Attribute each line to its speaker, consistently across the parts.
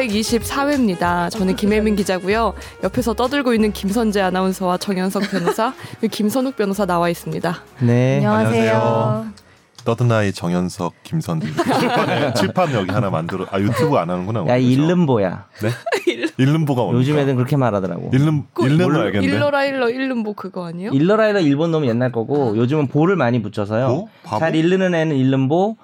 Speaker 1: 224회입니다. 저는 김혜민 기자고요. 옆에서 떠들고 있는 김선재 아나운서와 정현석 변호사, 그리고 김선욱 변호사 나와 있습니다.
Speaker 2: 네.
Speaker 3: 안녕하세요.
Speaker 4: 떠드나이 정현석 김선재 네, 칠판 여기 하나 만들어 아 유튜브 안 하는구나
Speaker 2: 야,
Speaker 4: 오늘,
Speaker 2: 이
Speaker 4: 그죠?
Speaker 2: 일름보야.
Speaker 4: 네 일름보가 뭡니까?
Speaker 2: 요즘 애들은 그렇게 말하더라고.
Speaker 4: 일름 일름을 알겠네
Speaker 1: 일러라 일러 일름보 뭐 그거 아니에요?
Speaker 2: 일러라일러 일본 놈이 옛날 거고 요즘은 보를 많이 붙여서요.
Speaker 4: 보? 어? 바보?
Speaker 2: 잘 읽는 애는 일름보,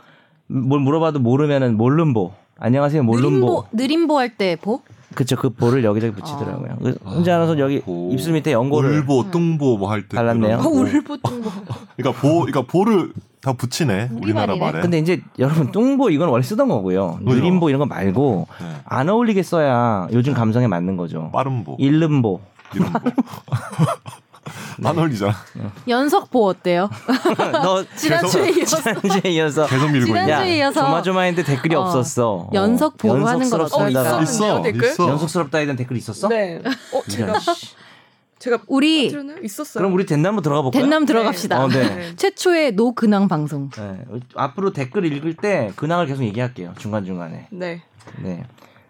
Speaker 2: 뭘 물어봐도 모르면은 몰름보. 안녕하세요, 몰름보.
Speaker 3: 느림보 느림보 할 때
Speaker 1: 어.
Speaker 3: 보?
Speaker 2: 그쵸, 그 보를 여기저기 붙이더라고요. 그 혼자 알아서 여기
Speaker 4: 보.
Speaker 2: 입술 밑에 연고를
Speaker 4: 울보 뚱보 뭐 할때
Speaker 2: 발랐네요.
Speaker 1: 어, 울보통보.
Speaker 4: 그러니까 보 그러니까 보를 다 붙이네 우리나라
Speaker 3: 우리말이네.
Speaker 4: 말에
Speaker 2: 근데 이제 여러분 뚱보 이건 원래 쓰던 거고요.
Speaker 4: 그죠.
Speaker 2: 느림보 이런 거 말고
Speaker 4: 네.
Speaker 2: 안 어울리게 써야 요즘 감성에 맞는 거죠.
Speaker 4: 빠른보
Speaker 2: 일름보.
Speaker 4: 이름보 안 어울리잖아
Speaker 3: 연석보 어때요?
Speaker 2: 너
Speaker 3: 지난주에 이어서
Speaker 2: 지난주에 이어서
Speaker 4: 계속 밀고 있네
Speaker 2: 야
Speaker 3: 지난주에 이어서
Speaker 2: 조마조마했는데 댓글이
Speaker 3: 어,
Speaker 2: 없었어.
Speaker 3: 연속 보고 하는 건
Speaker 2: 연속스럽다가-
Speaker 1: 어떨까?
Speaker 4: 있어
Speaker 1: 있었는데요, 댓글?
Speaker 4: 있어
Speaker 2: 연속스럽다 이런 댓글 있었어?
Speaker 1: 네. 어, 제가
Speaker 2: 이런, 씨.
Speaker 1: 제가
Speaker 3: 우리
Speaker 1: 틀었나요? 있었어요.
Speaker 2: 그럼 우리 된나무 들어가 볼까요?
Speaker 3: 덴남 들어갑시다.
Speaker 2: 어, 네.
Speaker 1: 네.
Speaker 3: 최초의 노근황 방송.
Speaker 2: 네. 앞으로 댓글 읽을 때 근황을 계속 얘기할게요. 중간 중간에.
Speaker 1: 네.
Speaker 2: 네.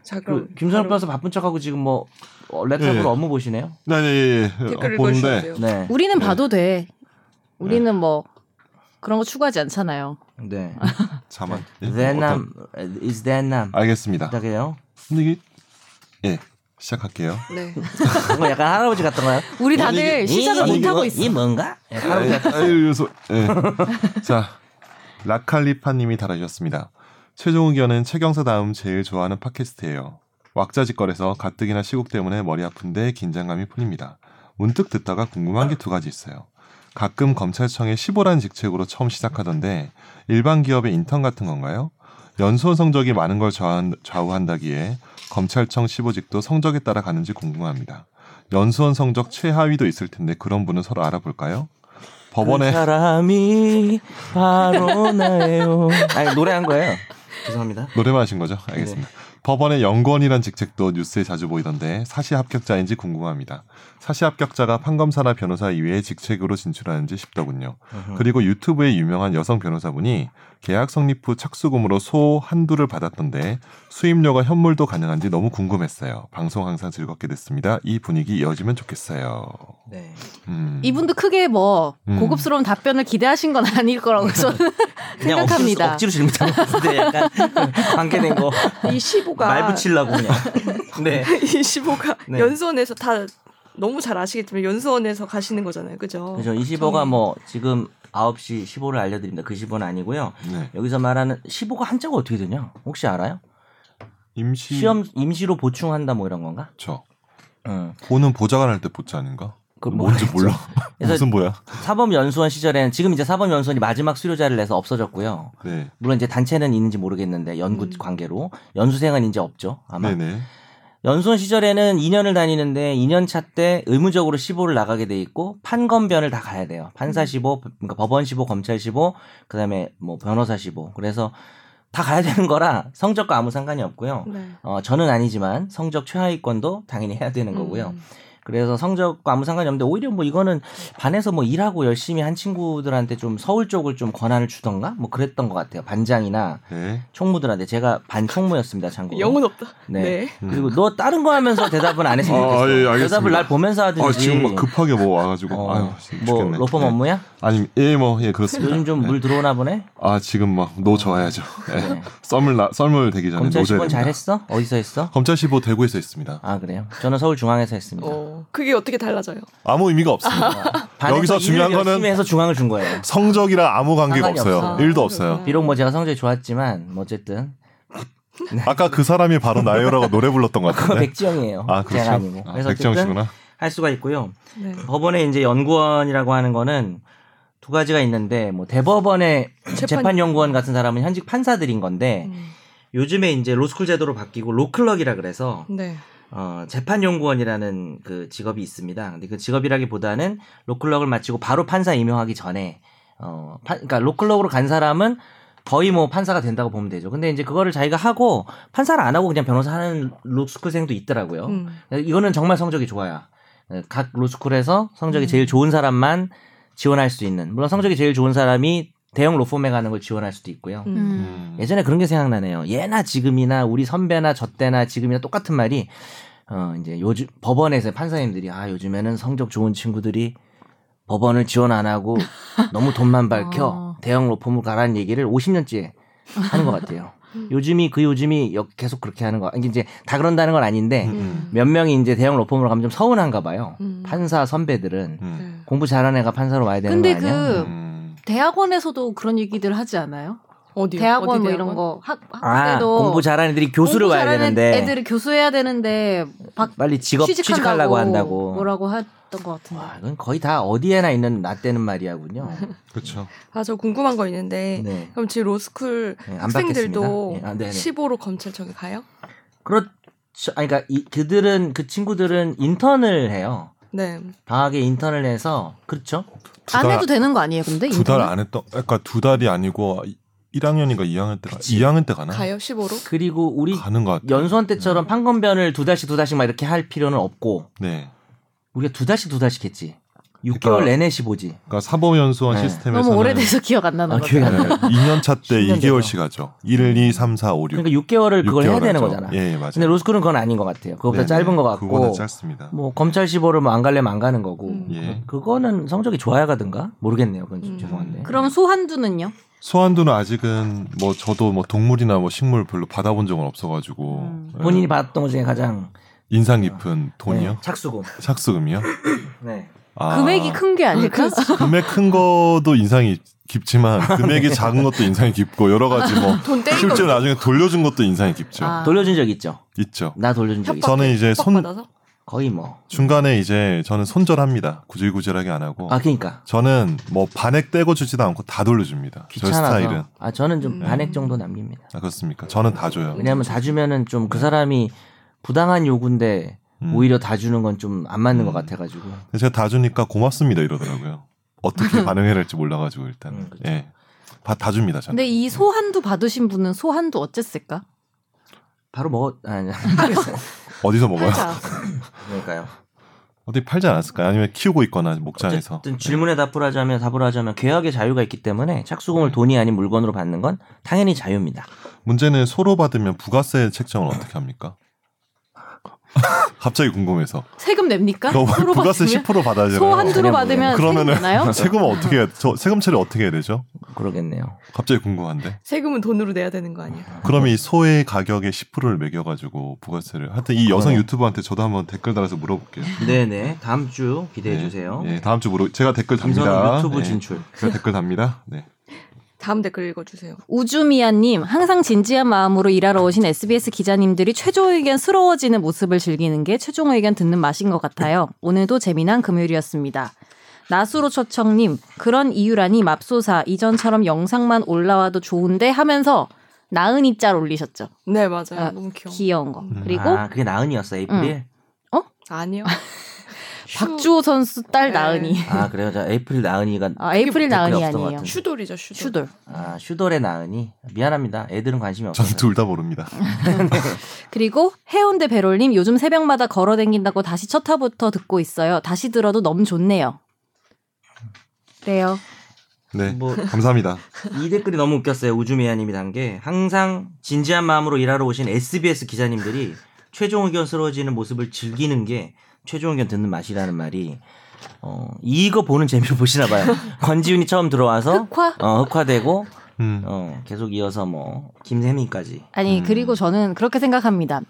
Speaker 1: 자 그럼
Speaker 2: 그 김선욱
Speaker 1: 바로
Speaker 2: 변호사 바쁜 척하고 지금 뭐 어,
Speaker 4: 예,
Speaker 2: 랩탑으로
Speaker 4: 예.
Speaker 2: 업무 보시네요.
Speaker 4: 네, 네, 네.
Speaker 1: 댓글
Speaker 4: 어, 보는데
Speaker 1: 읽어주세요.
Speaker 2: 네.
Speaker 3: 우리는 봐도 돼. 우리는
Speaker 1: 네.
Speaker 3: 뭐 그런 거 추구하지 않잖아요.
Speaker 2: 네.
Speaker 4: 자만 예, 어떤-
Speaker 2: 된남 네. is 된남.
Speaker 4: 아. 알겠습니다
Speaker 2: 부탁해요.
Speaker 4: 근데 이게 예 시작할게요
Speaker 1: 네.
Speaker 2: 뭔가 약간 할아버지 같던가요?
Speaker 3: 우리 다들 네, 시작을 못 하고 있어.
Speaker 2: 이 뭔가? 약간
Speaker 4: 네.
Speaker 2: 할아버지 같-
Speaker 4: 아이유소. 네. 자, 라칼리파님이 달아주셨습니다. 최종 의견은 최경사 다음 제일 좋아하는 팟캐스트예요. 왁자지껄에서 가뜩이나 시국 때문에 머리 아픈데 긴장감이 풀립니다. 문득 듣다가 궁금한 게 두 가지 있어요. 가끔 검찰청의 시보란 직책으로 처음 시작하던데 일반 기업의 인턴 같은 건가요? 연수원 성적이 많은 걸 좌우한- 좌우한다기에 검찰청 시보직도 성적에 따라 가는지 궁금합니다. 연수원 성적 최하위도 있을 텐데 그런 분은 서로 알아볼까요?
Speaker 2: 그
Speaker 4: 법원에
Speaker 2: 사람이 바로 나예요. 아니 노래한 거예요. 죄송합니다.
Speaker 4: 노래만 하신 거죠?
Speaker 2: 네.
Speaker 4: 알겠습니다. 법원의 연구원이란 직책도 뉴스에 자주 보이던데 사시 합격자인지 궁금합니다. 사시 합격자가 판검사나 변호사 이외의 직책으로 진출하는지 싶더군요. 그리고 유튜브에 유명한 여성 변호사분이 계약 성립 후 착수금으로 소 한두를 받았던데 수임료가 현물도 가능한지 너무 궁금했어요. 방송 항상 즐겁게 됐습니다. 이 분위기 이어지면 좋겠어요.
Speaker 2: 네.
Speaker 4: 음.
Speaker 3: 이분도 크게 뭐
Speaker 4: 음.
Speaker 3: 고급스러운 답변을 기대하신 건 아닐
Speaker 1: 음.
Speaker 3: 거라고 저는
Speaker 2: 그냥 억지로-
Speaker 3: 생각합니다.
Speaker 2: 억지로 질문한 건데 약간 관계된 거.
Speaker 1: 이
Speaker 4: 아.
Speaker 1: 시보가
Speaker 2: 말 붙이려고 그냥. 네.
Speaker 1: 이 시보가
Speaker 2: 네.
Speaker 1: 연수원에서 다 너무 잘 아시겠지만 연수원에서 가시는 거잖아요, 그죠?
Speaker 2: 그래서 25가 뭐 지금 9시 15를 알려드립니다. 그 15는 아니고요.
Speaker 4: 네.
Speaker 2: 여기서 말하는 15가 한자가 어떻게 되냐? 혹시 알아요?
Speaker 4: 임시
Speaker 2: 시험 임시로 보충한다 뭐 이런 건가?
Speaker 4: 저
Speaker 2: 응.
Speaker 4: 보는 보좌관 할 때 보자 아닌가?
Speaker 2: 그걸
Speaker 4: 뭔지
Speaker 2: 모르겠죠.
Speaker 4: 몰라.
Speaker 2: 그래서-
Speaker 4: 무슨 보야?
Speaker 2: 사법연수원 시절에는 지금 이제 사법연수원이 마지막 수료자를 내서 없어졌고요.
Speaker 4: 네.
Speaker 2: 물론 이제 단체는 있는지 모르겠는데 연구 관계로 연수생은 이제 없죠. 아마
Speaker 4: 음. 네네.
Speaker 2: 연수원 시절에는 2년을 다니는데 2년 차 때 의무적으로 15를 나가게 돼 있고 판검변을 다 가야 돼요. 판사 15, 그러니까 법원 15, 검찰 15, 그다음에 뭐 변호사 15. 그래서 다 가야 되는 거라 성적과 아무 상관이 없고요.
Speaker 1: 네.
Speaker 2: 어, 저는 아니지만 성적 최하위권도 당연히 해야 되는 거고요. 그래서 성적과 아무 상관이 없는데 오히려 뭐 이거는 반에서 뭐 일하고 열심히 한 친구들한테 좀 서울 쪽을 좀 권한을 주던가 뭐 그랬던 것 같아요. 반장이나
Speaker 4: 네.
Speaker 2: 총무들한테 제가 반 총무였습니다. 참고로.
Speaker 1: 영혼 없다.
Speaker 2: 네.
Speaker 1: 네.
Speaker 2: 그리고 너 다른 거 하면서 대답은 안 했으면
Speaker 4: 아,
Speaker 2: 좋겠어.
Speaker 4: 예, 알겠습니다.
Speaker 2: 대답을 날 보면서 하든지.
Speaker 4: 아, 지금 막 급하게 뭐 와가지고
Speaker 2: 네. 어,
Speaker 4: 아유 진짜
Speaker 2: 뭐
Speaker 4: 죽겠네.
Speaker 2: 로펌
Speaker 4: 네.
Speaker 2: 업무야?
Speaker 4: 아니 예뭐예 그렇습니다.
Speaker 2: 요즘 좀
Speaker 4: 네.
Speaker 2: 물 들어오나 보네.
Speaker 4: 아 지금 막 노져야죠. 네.
Speaker 2: 네.
Speaker 4: 썸을 나 썸을 되기 전에
Speaker 2: 검찰
Speaker 4: 네, 노져야
Speaker 2: 시권
Speaker 4: 됩니다.
Speaker 2: 잘했어? 어디서 했어?
Speaker 4: 검찰 시보 대구에서 했습니다.
Speaker 2: 아 그래요. 저는 서울 중앙에서 했습니다.
Speaker 1: 어, 그게 어떻게 달라져요?
Speaker 4: 아무 의미가 없습니다.
Speaker 2: 반에서
Speaker 4: 여기서
Speaker 2: 일을
Speaker 4: 중요한 거는-
Speaker 2: 열심히 해서 중앙을 준 거예요.
Speaker 4: 성적이랑 아무 관계가
Speaker 2: 상관이
Speaker 4: 없어요.
Speaker 2: 없어.
Speaker 4: 일도 없어요.
Speaker 2: 비록 뭐 제가 성적이 좋았지만 뭐 어쨌든 네.
Speaker 4: 아까 그 사람이 바로 나요라고 노래 불렀던 것
Speaker 2: 그거
Speaker 4: 같은데.
Speaker 2: 백지영이에요. 제가
Speaker 4: 아 그렇죠.
Speaker 2: 아니고.
Speaker 4: 아,
Speaker 2: 그래서
Speaker 4: 백지영
Speaker 2: 어쨌든
Speaker 4: 씨구나.
Speaker 2: 할 수가 있고요.
Speaker 1: 네.
Speaker 2: 법원에 이제 연구원이라고 하는 거는 두 가지가 있는데 뭐 대법원의 재판 연구원 같은 사람은 현직 판사들인 건데
Speaker 1: 음.
Speaker 2: 요즘에 이제 로스쿨 제도로 바뀌고 로클럭이라 그래서
Speaker 1: 네.
Speaker 2: 어, 재판연구원이라는 그 직업이 있습니다. 근데 그 직업이라기보다는 로클럭을 마치고 바로 판사 임명하기 전에 어, 판- 그러니까 로클럭으로 간 사람은 거의 뭐 판사가 된다고 보면 되죠. 근데 이제 그거를 자기가 하고 판사를 안 하고 그냥 변호사 하는 로스쿨생도 있더라고요.
Speaker 1: 음.
Speaker 2: 이거는 정말 성적이 좋아야 각 로스쿨에서 성적이 제일 좋은 사람만 지원할 수 있는 물론 성적이 제일 좋은 사람이 대형 로펌에 가는 걸 지원할 수도 있고요.
Speaker 1: 음.
Speaker 4: 음.
Speaker 2: 예전에 그런 게 생각나네요. 예나 지금이나 우리 선배나 저 때나 지금이나 똑같은 말이 어 이제 요즘 법원에서 판사님들이 아 요즘에는 성적 좋은 친구들이 법원을 지원 안 하고 너무 돈만 밝혀
Speaker 3: 어.
Speaker 2: 대형 로펌을 가라는 얘기를 50년째 하는 것 같아요. 요즘이 그 요즘이 여- 계속 그렇게 하는 거. 이게 이제 다 그런다는 건 아닌데
Speaker 4: 음.
Speaker 2: 몇 명이 이제 대형 로펌으로 가면 좀 서운한가 봐요.
Speaker 1: 음.
Speaker 2: 판사 선배들은
Speaker 4: 음.
Speaker 1: 네.
Speaker 2: 공부 잘하는 애가 판사로 와야 되는
Speaker 3: 근데
Speaker 2: 거 아니야?
Speaker 3: 그
Speaker 4: 음.
Speaker 3: 대학원에서도 그런 얘기들 하지 않아요?
Speaker 1: 어디
Speaker 3: 대학원
Speaker 1: 어디
Speaker 3: 뭐
Speaker 1: 대학원?
Speaker 3: 이런 거 학, 학교
Speaker 2: 아,
Speaker 3: 때도
Speaker 2: 공부 잘하는 애들이 교수를
Speaker 3: 공부
Speaker 2: 와야
Speaker 3: 잘하는
Speaker 2: 되는데
Speaker 3: 애들이 교수해야 되는데 막
Speaker 2: 빨리 직업
Speaker 3: 취직한다고
Speaker 2: 취직하려고 한다고.
Speaker 3: 뭐라고 했던 것 같은데.
Speaker 4: 아,
Speaker 2: 와, 이건 거의 다 어디에나 있는 나 때는 말이야군요.
Speaker 4: 그렇죠.
Speaker 1: 아, 저 궁금한 거 있는데.
Speaker 2: 네.
Speaker 1: 그럼 지금 로스쿨
Speaker 2: 네, 안
Speaker 1: 학생들도
Speaker 2: 받겠습니다. 예, 아, 네네.
Speaker 1: 15로 검찰청에 가요?
Speaker 2: 그렇죠. 아니, 그러니까 이, 그들은 그 친구들은 인턴을 해요.
Speaker 1: 네.
Speaker 2: 방학에 인턴을 해서 그렇죠.
Speaker 3: 안 해도 되는 거 아니에요, 근데?
Speaker 4: 두 달
Speaker 3: 인턴은?
Speaker 4: 안 했던 그러니까 두 달이 아니고 1학년인가 2학년 때가 2학년 때
Speaker 2: 아.
Speaker 4: 가나?
Speaker 1: 가요 15로?
Speaker 2: 그리고 우리
Speaker 4: 가는 음. 것 같아.
Speaker 2: 연수원 때처럼 판검변을 두 달씩 두 달씩 막 이렇게 할 필요는 없고
Speaker 4: 네.
Speaker 2: 우리가 두 달씩 두 달씩 했지. 6개월
Speaker 4: 그러니까
Speaker 2: 내내 15지.
Speaker 4: 그러니까 사법 연수원
Speaker 2: 네.
Speaker 4: 시스템에서는
Speaker 3: 너무 오래돼서 기억 안 나는
Speaker 2: 아,
Speaker 3: 거죠.
Speaker 2: 기억이 안 나.
Speaker 4: 2년 차 때
Speaker 2: 10년
Speaker 4: 2개월씩 하죠. 1, 2, 3, 4, 5, 6.
Speaker 2: 그러니까 6개월을 그걸 해야 되는 거잖아.
Speaker 4: 예, 예, 맞아요. 네.
Speaker 2: 근데 로스쿨은 그건 아닌 것 같아요. 그거보다 짧은 것 같고
Speaker 4: 그거는 짧습니다.
Speaker 2: 뭐 검찰 15를 뭐 안 갈래면 안 가는 거고
Speaker 1: 음.
Speaker 4: 예.
Speaker 2: 그거는 성적이 좋아야 가든가 모르겠네요. 그건 좀
Speaker 1: 음.
Speaker 2: 죄송한데.
Speaker 3: 그럼 소한두는요?
Speaker 4: 소환두는 아직은 뭐 저도 뭐 동물이나 뭐 식물 별로 받아본 적은 없어가지고
Speaker 3: 음.
Speaker 4: 예.
Speaker 2: 본인이 받았던 것 중에 가장
Speaker 4: 인상 깊은 돈이요?
Speaker 2: 네, 착수금.
Speaker 4: 착수금이요?
Speaker 2: 네.
Speaker 4: 아,
Speaker 3: 금액이 큰 게 아닐까?
Speaker 4: 금액 큰 거도 인상이 깊지만 금액이 작은 것도 인상이 깊고 여러 가지 뭐
Speaker 1: 돈 떼인
Speaker 4: 실제로
Speaker 1: 거
Speaker 4: 나중에 돌려준 것도 인상이 깊죠.
Speaker 3: 아.
Speaker 2: 돌려준 적 있죠.
Speaker 4: 있죠.
Speaker 2: 나 돌려준 적 있어.
Speaker 4: 저는 이제 손
Speaker 1: 받아서?
Speaker 2: 거의 뭐.
Speaker 4: 중간에 이제 저는 손절합니다. 구질구질하게 안 하고
Speaker 2: 아 그러니까
Speaker 4: 저는 뭐 반액 떼고 주지도 않고 다 돌려줍니다. 저 스타일은
Speaker 2: 귀찮아서. 아 저는 좀
Speaker 1: 음.
Speaker 2: 반액 정도 남깁니다.
Speaker 4: 아 그렇습니까? 저는 다 줘요.
Speaker 2: 왜냐하면 다 주면은 좀 그 사람이 부당한 요구인데
Speaker 4: 네. 음.
Speaker 2: 오히려 다 주는 건 좀 안 맞는 것
Speaker 4: 음.
Speaker 2: 같아가지고.
Speaker 4: 근데 제가 다 주니까 고맙습니다 이러더라고요. 어떻게 반응해야 할지 몰라가지고 일단
Speaker 2: 음, 그렇죠.
Speaker 4: 예, 다, 다 줍니다 저는.
Speaker 3: 근데 이 소한두 받으신 분은 소한두 어쨌을까?
Speaker 2: 바로 먹어. 아니,
Speaker 4: 어디서 먹어요?
Speaker 2: 그러니까요.
Speaker 4: 어디 팔지 않았을까요? 아니면 키우고 있거나 목장에서.
Speaker 2: 어쨌든 질문에 답을 하자면 답을 하자면 계약의 자유가 있기 때문에 착수금을 돈이 아닌 물건으로 받는 건 당연히 자유입니다.
Speaker 4: 문제는 소로 받으면 부가세 책정을 어떻게 합니까? 갑자기 궁금해서.
Speaker 3: 세금 냅니까?
Speaker 4: 너
Speaker 3: 아, 소로
Speaker 4: 부가세
Speaker 3: 받으면?
Speaker 4: 10% 받아야잖아요.
Speaker 3: 소 한두로
Speaker 2: 그냥
Speaker 3: 받으면 세금
Speaker 4: 그러면은
Speaker 3: 내나요?
Speaker 4: 세금은 어떻게 해야, 저 세금 처리 어떻게 해야 되죠?
Speaker 2: 그러겠네요.
Speaker 4: 갑자기 궁금한데.
Speaker 1: 세금은 돈으로 내야 되는 거 아니야?
Speaker 4: 그러면 이 소의 가격에 10%를 매겨가지고 부가세를. 하여튼 이 여성
Speaker 2: 그러네.
Speaker 4: 유튜버한테 저도 한번 댓글 달아서 물어볼게요.
Speaker 2: 네네 다음 주 기대해
Speaker 4: 네.
Speaker 2: 주세요.
Speaker 4: 예, 다음 주 물어. 제가 댓글
Speaker 2: 김선우
Speaker 4: 답니다.
Speaker 2: 유튜브
Speaker 4: 예,
Speaker 2: 진출.
Speaker 4: 제가 댓글 답니다. 네.
Speaker 1: 다음 댓글 읽어 주세요.
Speaker 3: 우주미아님, 항상 진지한 마음으로 일하러 오신 SBS 기자님들이 최종 의견 스러워지는 모습을 즐기는 게 최종 의견 듣는 맛인 것 같아요. 오늘도 재미난 금요일이었습니다. 나수로 초청님, 그런 이유라니 맙소사 이전처럼 영상만 올라와도 좋은데 하면서 나은이 짤 올리셨죠.
Speaker 1: 네, 맞아요.
Speaker 3: 아,
Speaker 1: 너무 귀여워.
Speaker 3: 귀여운 거.
Speaker 4: 음.
Speaker 3: 그리고
Speaker 2: 아 그게 나은이었어 에이프릴.
Speaker 1: 아니요. 슈-
Speaker 3: 박주호 선수 딸
Speaker 1: 네.
Speaker 3: 나은이.
Speaker 2: 아 그래요. 자 에이프릴 나은이가
Speaker 3: 아,
Speaker 2: 댓글이
Speaker 3: 에이프릴 나은이
Speaker 2: 없던 것
Speaker 3: 아니에요.
Speaker 2: 같은데.
Speaker 1: 슈돌이죠, 슈돌.
Speaker 3: 슈돌.
Speaker 2: 아 슈돌의 나은이. 미안합니다. 애들은 관심이
Speaker 4: 저는
Speaker 2: 없어요.
Speaker 4: 둘 다 모릅니다.
Speaker 3: 그리고 해운대 배롤님 요즘 새벽마다 걸어댕긴다고 다시 첫 타부터 듣고 있어요. 다시 들어도 너무 좋네요. 그래요.
Speaker 4: 네.
Speaker 2: 뭐
Speaker 4: 감사합니다.
Speaker 2: 이 댓글이 너무 웃겼어요. 우주미아님이 단 게 항상 진지한 마음으로 일하러 오신 SBS 기자님들이 최종 의견 쓰러지는 모습을 즐기는 게 최종 의견 듣는 맛이라는 말이 어 이거 보는 재미로 보시나 봐요. 권지윤이 처음 들어와서
Speaker 3: 흑화?
Speaker 2: 어, 흑화되고
Speaker 4: 음.
Speaker 2: 어 계속 이어서 뭐 김세민까지
Speaker 3: 아니
Speaker 4: 음.
Speaker 3: 그리고 저는 그렇게 생각합니다.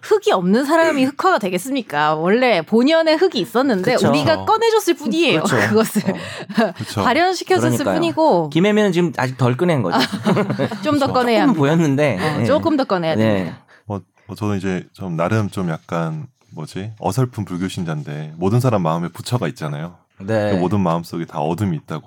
Speaker 3: 흑이 없는 사람이 흑화가 되겠습니까? 원래 본연의 흑이 있었는데
Speaker 2: 음. 그쵸.
Speaker 3: 우리가 꺼내줬을 뿐이에요.
Speaker 2: 그렇죠.
Speaker 3: 그것을
Speaker 2: 어.
Speaker 4: 그렇죠.
Speaker 3: 발현시켜줬을
Speaker 2: 그러니까요.
Speaker 3: 뿐이고
Speaker 2: 어. 김혜민은 지금 아직 덜 꺼낸 거죠.
Speaker 3: 좀 더 꺼내야
Speaker 2: 어, 조금
Speaker 3: 합니다.
Speaker 2: 보였는데
Speaker 3: 어,
Speaker 2: 예.
Speaker 3: 조금 더 꺼내야 됩니다.
Speaker 2: 네.
Speaker 4: 뭐, 뭐 저는 이제 좀 나름 좀 약간 뭐지 어설픈 불교신자인데 모든 사람 마음에 부처가 있잖아요.
Speaker 2: 네.
Speaker 4: 그 모든 마음 속에 다 어둠이 있다고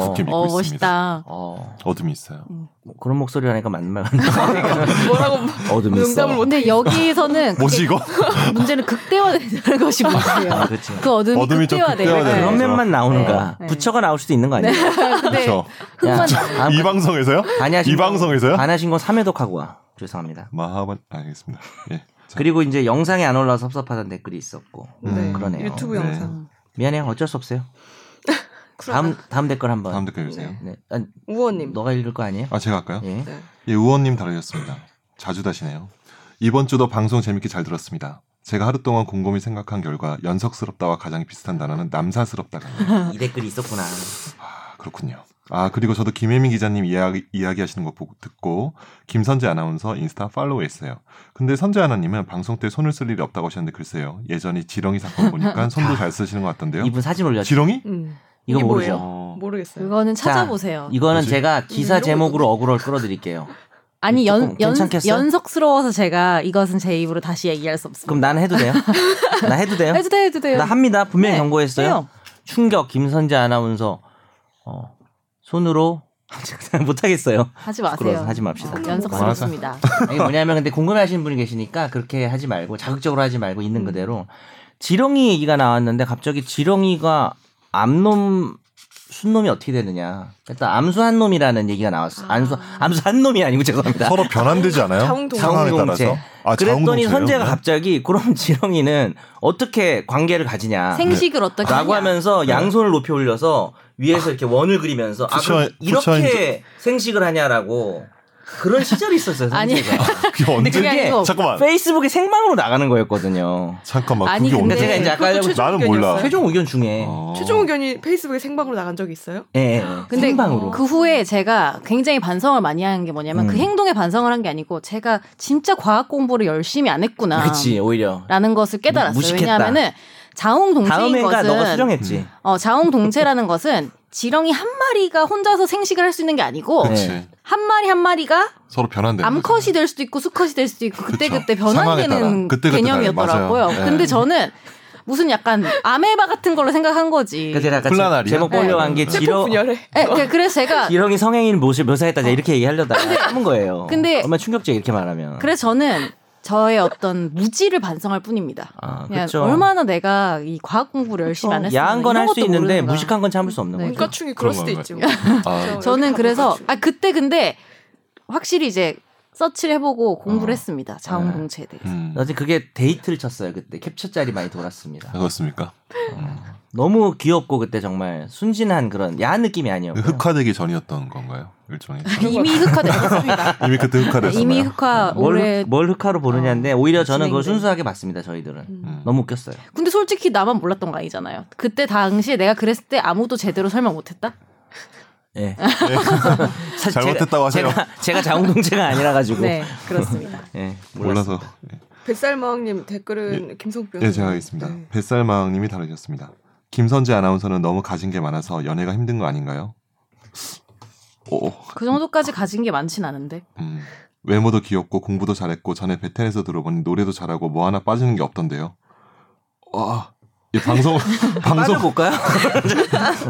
Speaker 4: 굳게 믿고
Speaker 3: 어
Speaker 4: 있습니다.
Speaker 3: 멋있다.
Speaker 2: 어
Speaker 4: 어둠이 있어요.
Speaker 2: 뭐 그런 목소리 하니까 맞는 말 같네요.
Speaker 1: 뭐라고
Speaker 2: 어둠이 있어.
Speaker 1: 농담을 못
Speaker 3: 근데 여기서는
Speaker 4: 뭐지 이거?
Speaker 3: 그게 문제는 극대화되는 것이 문제예요.
Speaker 2: 아, 그렇죠.
Speaker 3: 그 어둠이,
Speaker 4: 어둠이 좀
Speaker 3: 극대화돼요.
Speaker 4: 극대화되는
Speaker 3: 네.
Speaker 2: 그런
Speaker 4: 네.
Speaker 2: 면만 나오는가?
Speaker 3: 네.
Speaker 2: 부처가 나올 수도 있는 거 아니에요?
Speaker 3: 근데
Speaker 4: 그렇죠.
Speaker 2: 야,
Speaker 3: 흑만
Speaker 2: 다음
Speaker 4: 이 방송에서요?
Speaker 2: 반야신
Speaker 4: 이 방송에서요?
Speaker 2: 반야신 건 3회도 하고 와. 죄송합니다.
Speaker 4: 마하반 알겠습니다. 예. 자,
Speaker 2: 그리고 이제 영상이 안 올라와서 섭섭하다는 댓글이 있었고. 음,
Speaker 1: 네.
Speaker 2: 그러네요.
Speaker 3: 어,
Speaker 1: 유튜브
Speaker 4: 네.
Speaker 1: 영상.
Speaker 2: 미안해요. 어쩔 수 없어요. 다음
Speaker 1: 쿨하다.
Speaker 2: 다음 댓글 한번.
Speaker 5: 다음 댓글 주세요.
Speaker 2: 네. 아니,
Speaker 1: 우원님.
Speaker 2: 너가 읽을 거 아니에요?
Speaker 5: 아 제가 할까요?
Speaker 2: 예.
Speaker 1: 네.
Speaker 5: 예, 우원님 다루셨습니다. 자주 다시네요. 이번 주도 방송 재밌게 잘 들었습니다. 제가 하루 동안 곰곰이 생각한 결과 연석스럽다와 가장 비슷한 단어는 남사스럽다가
Speaker 2: 이 댓글이 있었구나.
Speaker 5: 아, 그렇군요. 아 그리고 저도 김혜민 기자님 이야기, 이야기하시는 거 보고 듣고 김선재 아나운서 인스타 팔로우했어요. 근데 선재 아나님은 방송 때 손을 쓸 일이 없다고 하셨는데 글쎄요. 예전에 지렁이 사건 보니까 손도 잘 쓰시는 것 같던데요.
Speaker 2: 이분 사진 올렸죠.
Speaker 5: 지렁이?
Speaker 1: 음,
Speaker 2: 이거
Speaker 1: 이게
Speaker 2: 모르죠.
Speaker 1: 뭐예요?
Speaker 5: 어,
Speaker 1: 모르겠어요.
Speaker 3: 그거는
Speaker 2: 자,
Speaker 3: 찾아보세요.
Speaker 2: 이거는
Speaker 5: 뭐지?
Speaker 2: 제가 기사
Speaker 1: 음,
Speaker 2: 제목으로 억울을 끌어드릴게요.
Speaker 3: 아니 연,
Speaker 2: 조금
Speaker 3: 연
Speaker 2: 괜찮겠어?
Speaker 3: 연속스러워서 제가 이것은 제 입으로 다시 얘기할 수 없습니다.
Speaker 2: 그럼 난 해도 돼요? 나 해도 돼요?
Speaker 3: 해도 돼요, 해도 돼요.
Speaker 2: 나 합니다. 분명히
Speaker 3: 네,
Speaker 2: 경고했어요.
Speaker 3: 해요.
Speaker 2: 충격 김선재 아나운서 어, 손으로 못하겠어요.
Speaker 3: 하지 마세요.
Speaker 2: 부끄러워서 하지 맙시다.
Speaker 3: 어, 연속스럽습니다.
Speaker 2: 이게 뭐냐면 근데 궁금해하시는 분이 계시니까 그렇게 하지 말고 자극적으로 하지 말고 있는 그대로 지렁이 얘기가 나왔는데 갑자기 지렁이가 암놈 순놈이 어떻게 되느냐 일단 암수한 놈이라는 얘기가 나왔어 요 암수 암수한 놈이 아니고 죄송합니다
Speaker 4: 서로 변환되지 않아요?
Speaker 1: 자웅동체.
Speaker 4: 상황에
Speaker 2: 자웅동체.
Speaker 4: 따라서. 아,
Speaker 2: 그랬더니
Speaker 4: 자웅동체예요?
Speaker 2: 선재가
Speaker 4: 네.
Speaker 5: 어?
Speaker 2: 갑자기 그럼 지렁이는 어떻게 관계를 가지냐
Speaker 3: 생식을 어떻게
Speaker 2: 라고
Speaker 3: 하냐.
Speaker 2: 하면서
Speaker 4: 네.
Speaker 2: 양손을 높이 올려서 위에서 이렇게 원을 그리면서 아
Speaker 4: 부처-
Speaker 2: 그럼
Speaker 4: 부처인
Speaker 2: 이렇게 생식을 하냐라고 그런 시절이 있었어요.
Speaker 3: 아니.
Speaker 2: 선재가.
Speaker 4: 그게
Speaker 2: 근데
Speaker 4: 언제?
Speaker 3: 그게
Speaker 2: 그게
Speaker 3: 아니고
Speaker 4: 잠깐만.
Speaker 2: 페이스북에 생방으로 나가는 거였거든요.
Speaker 4: 잠깐만.
Speaker 3: 아니,
Speaker 4: 그게
Speaker 3: 근데
Speaker 4: 언제?
Speaker 2: 제가 이제 아까
Speaker 1: 그것도
Speaker 2: 하려고-
Speaker 1: 최종
Speaker 4: 나는 몰라.
Speaker 1: 의견이었어요?
Speaker 2: 최종 의견 중에
Speaker 4: 아.
Speaker 5: 어.
Speaker 1: 최종 의견이 페이스북에 생방으로 나간 적이 있어요?
Speaker 2: 예, 예, 예.
Speaker 3: 근데
Speaker 2: 생방으로.
Speaker 3: 그 후에 제가 굉장히 반성을 많이 한 게 뭐냐면 그
Speaker 2: 음.
Speaker 3: 행동에 반성을 한 게 아니고 제가 진짜 과학 공부를 열심히 안 했구나.
Speaker 2: 그치 오히려
Speaker 3: 라는 것을 깨달았어요.
Speaker 2: 무- 무식했다.
Speaker 3: 왜냐하면은 자웅동체인
Speaker 2: 다음에가 너가
Speaker 3: 것은
Speaker 2: 수정했지.
Speaker 3: 어, 자웅동체라는 것은 지렁이 한 마리가 혼자서 생식을 할 수 있는 게 아니고
Speaker 2: 네.
Speaker 5: 그치.
Speaker 3: 한 마리 한 마리가
Speaker 5: 서로 변환되는. 거죠.
Speaker 3: 암컷이 될 수도 있고 수컷이 될 수도 있고
Speaker 5: 네,
Speaker 3: 그때
Speaker 5: 그쵸.
Speaker 3: 그때
Speaker 5: 상황에 따라.
Speaker 3: 변환되는
Speaker 5: 그때 그때
Speaker 3: 개념이었더라고요.
Speaker 5: 달라요. 맞아요.
Speaker 3: 근데
Speaker 5: 네.
Speaker 3: 저는 무슨 약간 아메바 같은 걸로 생각한 거지.
Speaker 2: 그러니까 제가 아까
Speaker 5: 플라나리아?
Speaker 2: 제목 올려한
Speaker 3: 네.
Speaker 2: 게
Speaker 1: 세포
Speaker 2: 지렁
Speaker 1: 분열해.
Speaker 3: 예, 그- 그래서 제가
Speaker 2: 지렁이 성행인 모습 묘사했다 이렇게 얘기하려다가 참은 거예요.
Speaker 3: 어. 근데-
Speaker 2: 얼마 나 충격적이야 이렇게 말하면.
Speaker 3: 그래서 저는 저의 어떤 무지를 반성할 뿐입니다.
Speaker 2: 아,
Speaker 3: 그냥
Speaker 2: 그쵸.
Speaker 3: 얼마나 내가 이 과학 공부를 열심히 안 했으면
Speaker 2: 야한 건 할 수
Speaker 3: 이런 것도
Speaker 2: 있는데
Speaker 3: 모르는구나.
Speaker 2: 무식한 건 참을 수 없는
Speaker 3: 네.
Speaker 2: 거죠.
Speaker 1: 문과충이 그럴 수도
Speaker 5: 그런
Speaker 1: 있지. 뭐.
Speaker 4: 네.
Speaker 5: 아,
Speaker 3: 저는
Speaker 1: 여기
Speaker 3: 그래서
Speaker 1: 가보죠.
Speaker 3: 아 그때 근데 확실히 이제 서치를 해보고
Speaker 5: 어.
Speaker 3: 공부를 했습니다. 자원봉체에 대해서.
Speaker 5: 음,
Speaker 2: 어제 그게 데이트를 쳤어요 그때 캡처짜리 많이 돌았습니다.
Speaker 5: 그렇습니까?
Speaker 2: 너무 귀엽고 그때 정말 순진한 그런 야한 느낌이
Speaker 4: 네,
Speaker 2: 아니었고
Speaker 5: 흑화되기 전이었던 건가요? 일종의.
Speaker 3: 이미 흑화됐습니다.
Speaker 5: 이미 그때 흑화됐어요.
Speaker 3: 이미 흑화
Speaker 2: 뭘,
Speaker 3: 올해 어,
Speaker 2: 뭘 흑화로 보느냐인데 오히려 저는 그걸
Speaker 3: 진행된.
Speaker 2: 순수하게 봤습니다 저희들은
Speaker 1: 음.
Speaker 2: 너무 웃겼어요.
Speaker 3: 근데 솔직히 나만 몰랐던 거 아니잖아요. 그때 당시에 내가 그랬을 때 아무도 제대로 설명 못했다. 네.
Speaker 2: 예. 사실
Speaker 4: 잘못했다고 하세요.
Speaker 2: 제가, 제가 자웅동체가 아니라 가지고
Speaker 3: 네 그렇습니다.
Speaker 2: 예, 몰랐어요.
Speaker 5: 몰라서.
Speaker 1: 뱃살마왕님 댓글은 김성욱 네.
Speaker 4: 네,
Speaker 1: 변호사.
Speaker 5: 예, 제가 하겠습니다. 뱃살마왕님이 다루셨습니다. 김선재 아나운서는 너무 가진 게 많아서 연애가 힘든 거 아닌가요? 어, 오,
Speaker 3: 그 정도까지 가진 게 많진 않은데.
Speaker 5: 음, 외모도 귀엽고 공부도 잘했고 전에 베텐에서 들어보니 노래도 잘하고 뭐 하나 빠지는 게 없던데요. 와, 이 방송 방송
Speaker 2: 빠져볼까요?